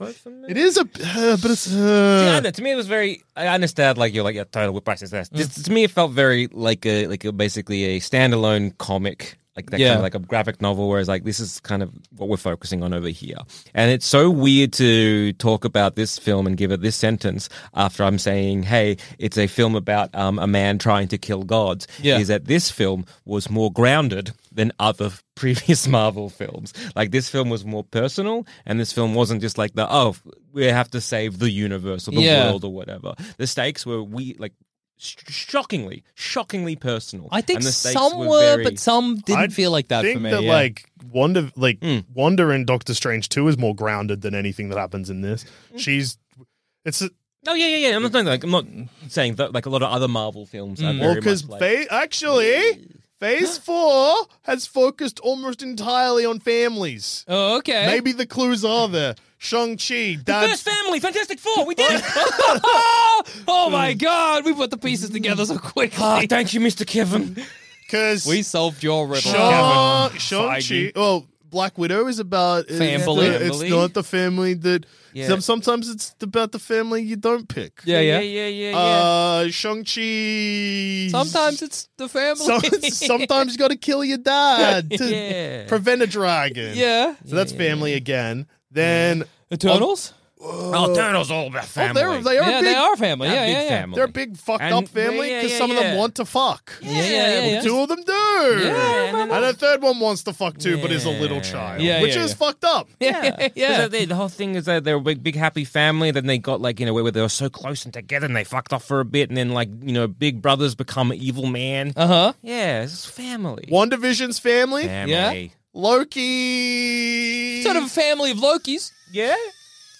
It is a, uh, but it's Yeah, I uh, know. to me, it was very. I understand, like you're like your total whip prices. This to me, it felt very like a like a basically a standalone comic, like that kind Yeah. of like a graphic novel. Whereas like this is kind of what we're focusing on over here, and it's so weird to talk about this film and give it this sentence after I'm saying, hey, it's a film about um, a man trying to kill gods. Yeah. is that this film was more grounded than other (laughs) previous Marvel films. Like this film was more personal, and this film wasn't just like the oh we have to save the universe or the Yeah. world or whatever. The stakes were we like sh- shockingly, shockingly personal. I think And the stakes some were were, very- but some didn't I feel like that think for me. that yeah. Mm. like Wanda, like Wanda and Doctor Strange two is more grounded than anything that happens in this. Mm. She's, it's a, no, Oh, yeah, yeah, yeah. I'm not saying like I'm not saying that like a lot of other Marvel films. are well very because much like, phase actually (gasps) phase four has focused almost entirely on families. oh, okay. Maybe the clues are there. Shang Chi, First Dad's Family, Fantastic Four, we did it. (laughs) Mm. Oh my god, we put the pieces together so quickly. Ah, thank you, Mr. Kevin. because we solved your riddle. Shang Kevin Shang Chi. Feige. Well, Oh, Black Widow is about it's Family. the- It's, Family. not the family that. Yeah. some- Sometimes it's about the family you don't pick. Yeah, yeah. yeah, yeah. Uh, Shang Chi. Sometimes it's the family. sometimes you got to kill your dad to Yeah. prevent a dragon. (laughs) yeah. So that's family again. Then Eternals? oh, Turtle's all about oh, family. they're, they are yeah, a big, they are family. They're Yeah, a big yeah, yeah. family. They're a big fucked And- up family yeah, because yeah, some of yeah. them want to fuck. Yeah, yeah, yeah. Two of them do. Yeah, and then- and a third one wants to fuck too, but is a little child, Yeah, which yeah, is yeah. fucked up. (laughs) Yeah, Yeah. yeah. the whole thing is that they're a big, big happy family. Then they got like, you know, where they were so close and together and they fucked off for a bit. And then, like, you know, big brothers become an evil man. Uh huh. yeah, it's just family. One Division's family, Family. Loki. Sort of a family of Lokis. Yeah.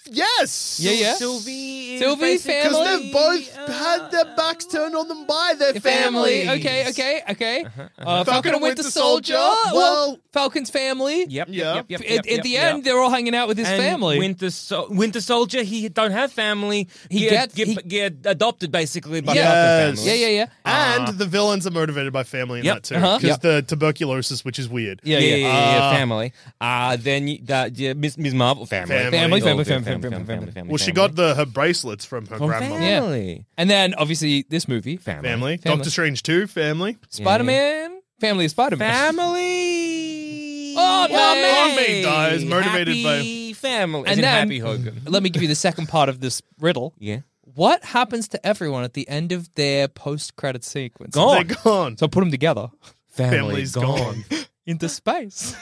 yes. Yeah, yeah. Sylvie. is Sylvie, basically- family. Because they've both had their backs turned on them by their family. Family. Okay, okay, okay. Uh-huh. Uh, Falcon, Falcon and Winter Soldier. Well- Falcon's family. Yep, yep, Yeah. yep, yep, At, yep, at yep, the yep. end, they're all hanging out with his And family. Winter, Sol- Winter Soldier, he don't have family. He, gets- get, get, he- get adopted basically by Yes. the Falcon yeah, family. yeah, yeah. And the villains are motivated by family in Yep. that too, Uh-huh. because Ah. Yep. the tuberculosis, which is weird. Uh, Yeah, yeah, yeah, yeah, yeah, yeah, family. Uh, then you, that, yeah, Miss, Miss Marvel, family. Family. Family, family, Oh, family, family, family. Well, she got the her bracelets from her From grandmother. Yeah. family. And then obviously this movie, Family. Family. Family. Doctor Strange too. Family. Spider Man, family of (laughs) Spider Man. Family. Oh, man. Aunt May dies, motivated happy family. As And in then- Happy Hogan. Let me give you the second part of this riddle. (laughs) Yeah. What happens to everyone at the end of their post credit sequence? Gone. They're gone. Oh. So I put them together Family's gone. (laughs) into (laughs) space.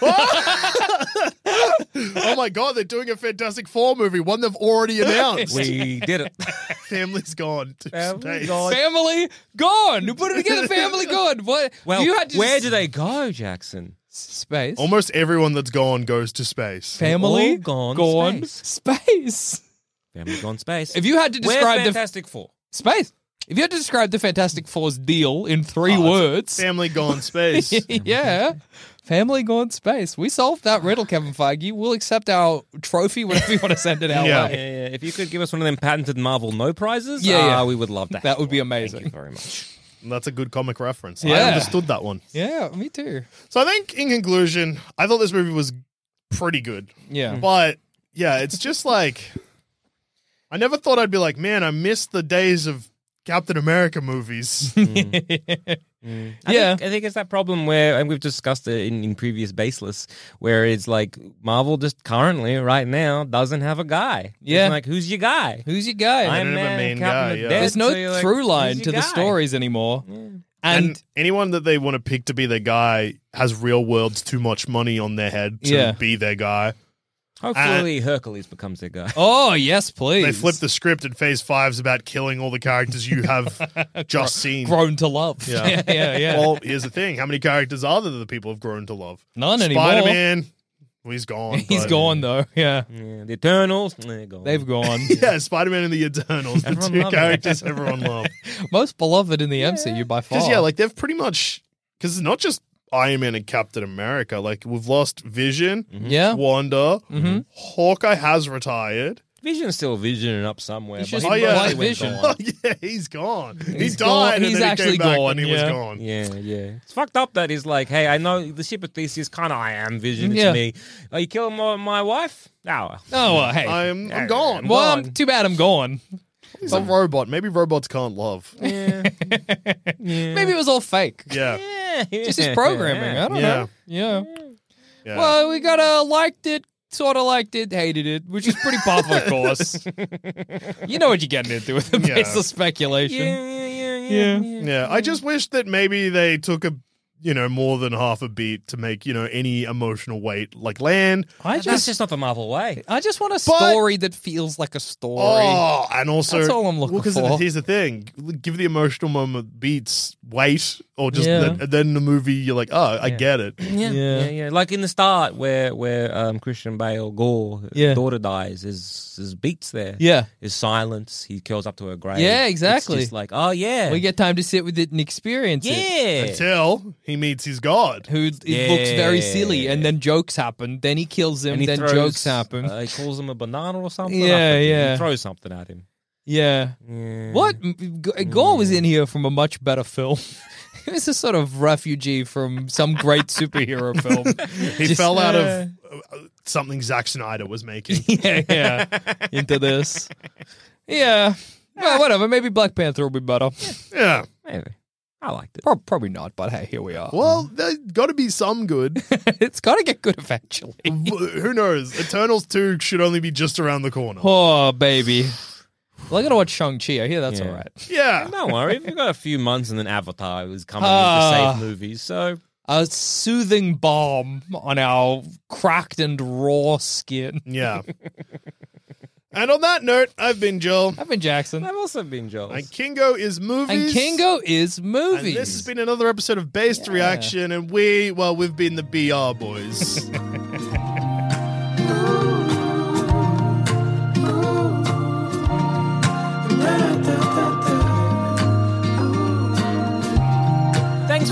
oh my god, they're doing a Fantastic Four movie, one (laughs) they've already (laughs) announced. we did (laughs) it. Family's gone. to Family space. gone. family gone. You put it together. Family gone. What? Well, you had to where s- do they go, Jackson? space? Almost everyone that's gone goes to space. family all gone space. Family gone space. If you had to Where's describe the Fantastic Four? space, if you had to describe the Fantastic Four's deal in Oh, three words, Family gone space. (laughs) yeah. Family gone space. We solved that riddle, Kevin Feige. We'll accept our trophy whenever you want to send it our Yeah. way. Yeah, yeah, if you could give us one of them patented Marvel no prizes, Yeah, yeah. uh, we would love to. That have would be one. amazing. Thank you very much. That's a good comic reference. I Yeah. understood that one. Yeah, me too. So I think in conclusion, I thought this movie was pretty good. Yeah. But yeah, it's just like I never thought I'd be like, man, I missed the days of Captain (laughs) America movies. I Yeah. think, I think it's that problem where, and we've discussed it in, in previous baseless, where it's like Marvel just currently, right now, doesn't have a guy. It's Yeah. like, who's your guy? Who's your guy? don't have a main guy, the yeah. Dead, There's no so you're like, through line who's to your the guy? stories anymore. and, And anyone that they want to pick to be their guy has real world's too much money on their head to Yeah. be their guy. Hopefully, Hercules becomes their guy. Oh yes, please. They flip the script and phase five's about killing all the characters (laughs) you have just seen. grown to love. (laughs) Yeah, yeah, yeah. (laughs) Well, here's the thing. How many characters are there that the people have grown to love? None anymore. Spider-Man. Well, he's gone. (laughs) He's but- gone though. Yeah, Yeah, (laughs) the Eternals, eh, they're gone. they've gone. (laughs) (laughs) Yeah, Spider-Man and the Eternals, the Everyone two loved it. characters everyone loved. Most beloved in the MCU by far. Because yeah, like they've pretty much because it's not just Iron Man and Captain America. Like we've lost Vision, yeah. Mm-hmm. Wanda, Hawkeye has retired. Vision's still visioning up somewhere. He's but just he Oh, yeah. probably like went Vision. gone. Oh (laughs) yeah, he's gone. He's he died, gone. and He's then actually he came back gone, and he (laughs) yeah. was gone. Yeah, yeah. It's fucked up that he's like, hey, I know the ship of Theseus, kind of I am Vision, it's Yeah. me. Are you killing my, my wife? No. Oh well, hey. I'm, I'm gone. well, I'm- too bad I'm gone. He's a robot. Maybe robots can't love. Yeah, Maybe it was all fake. yeah. (laughs) Just his programming. I don't Yeah. know. Yeah. Well, we got uh, liked it, sort of liked it, hated it, which is pretty puff, of course. you know what you're getting into with the Yeah. baseless speculation. Yeah, yeah, yeah. Yeah. yeah. I just wish that maybe they took a you know more than half a beat to make you know any emotional weight like land. I That's just, just not the Marvel way. I just want a But- story that feels like a story. Oh, and also That's all I'm looking well, 'cause for. Here's the thing: give the emotional moment beats weight, or just Yeah. then, then the movie you're like, oh, I get it. Yeah, Yeah. yeah, yeah, Like in the start, where where um, Christian Bale Gore, his Yeah. daughter dies, his his beats there. Yeah. his silence. He curls up to her grave. Yeah, It's exactly. just like, oh yeah, We get time to sit with it and experience it. yeah. Until he meets his god. Who it looks very silly, Yeah. and then jokes happen. Then he kills him. And he then throws, jokes happen. Uh, he calls him a banana or something. I Yeah, forget. yeah. He throws something at him. yeah. What M- G- Gore was in here from a much better film. (laughs) he was a sort of refugee from some great superhero film. He Just- fell out Yeah. of uh, something Zack Snyder was making. (laughs) yeah, yeah, into this. Yeah. Well, whatever. Maybe Black Panther will be better. yeah. Maybe. I liked it. Pro- probably not, but hey, here we are. Well, there's got to be some good. (laughs) it's got to get good eventually. Who knows? Eternals 2 should only be just around the corner. Oh, baby. Well, I got to watch Shang-Chi. I hear that's Yeah. all right. Yeah. Don't worry, we've got a few months and then Avatar is coming with Ah. the safe movies, so A soothing balm on our cracked and raw skin. Yeah. and on that note, I've been Joel. I've been Jackson. I've also been jealous. And Kingo is And movies. Kingo is And movies. this has been another episode of Based Reaction, and we, well, we've been the BR boys. Thanks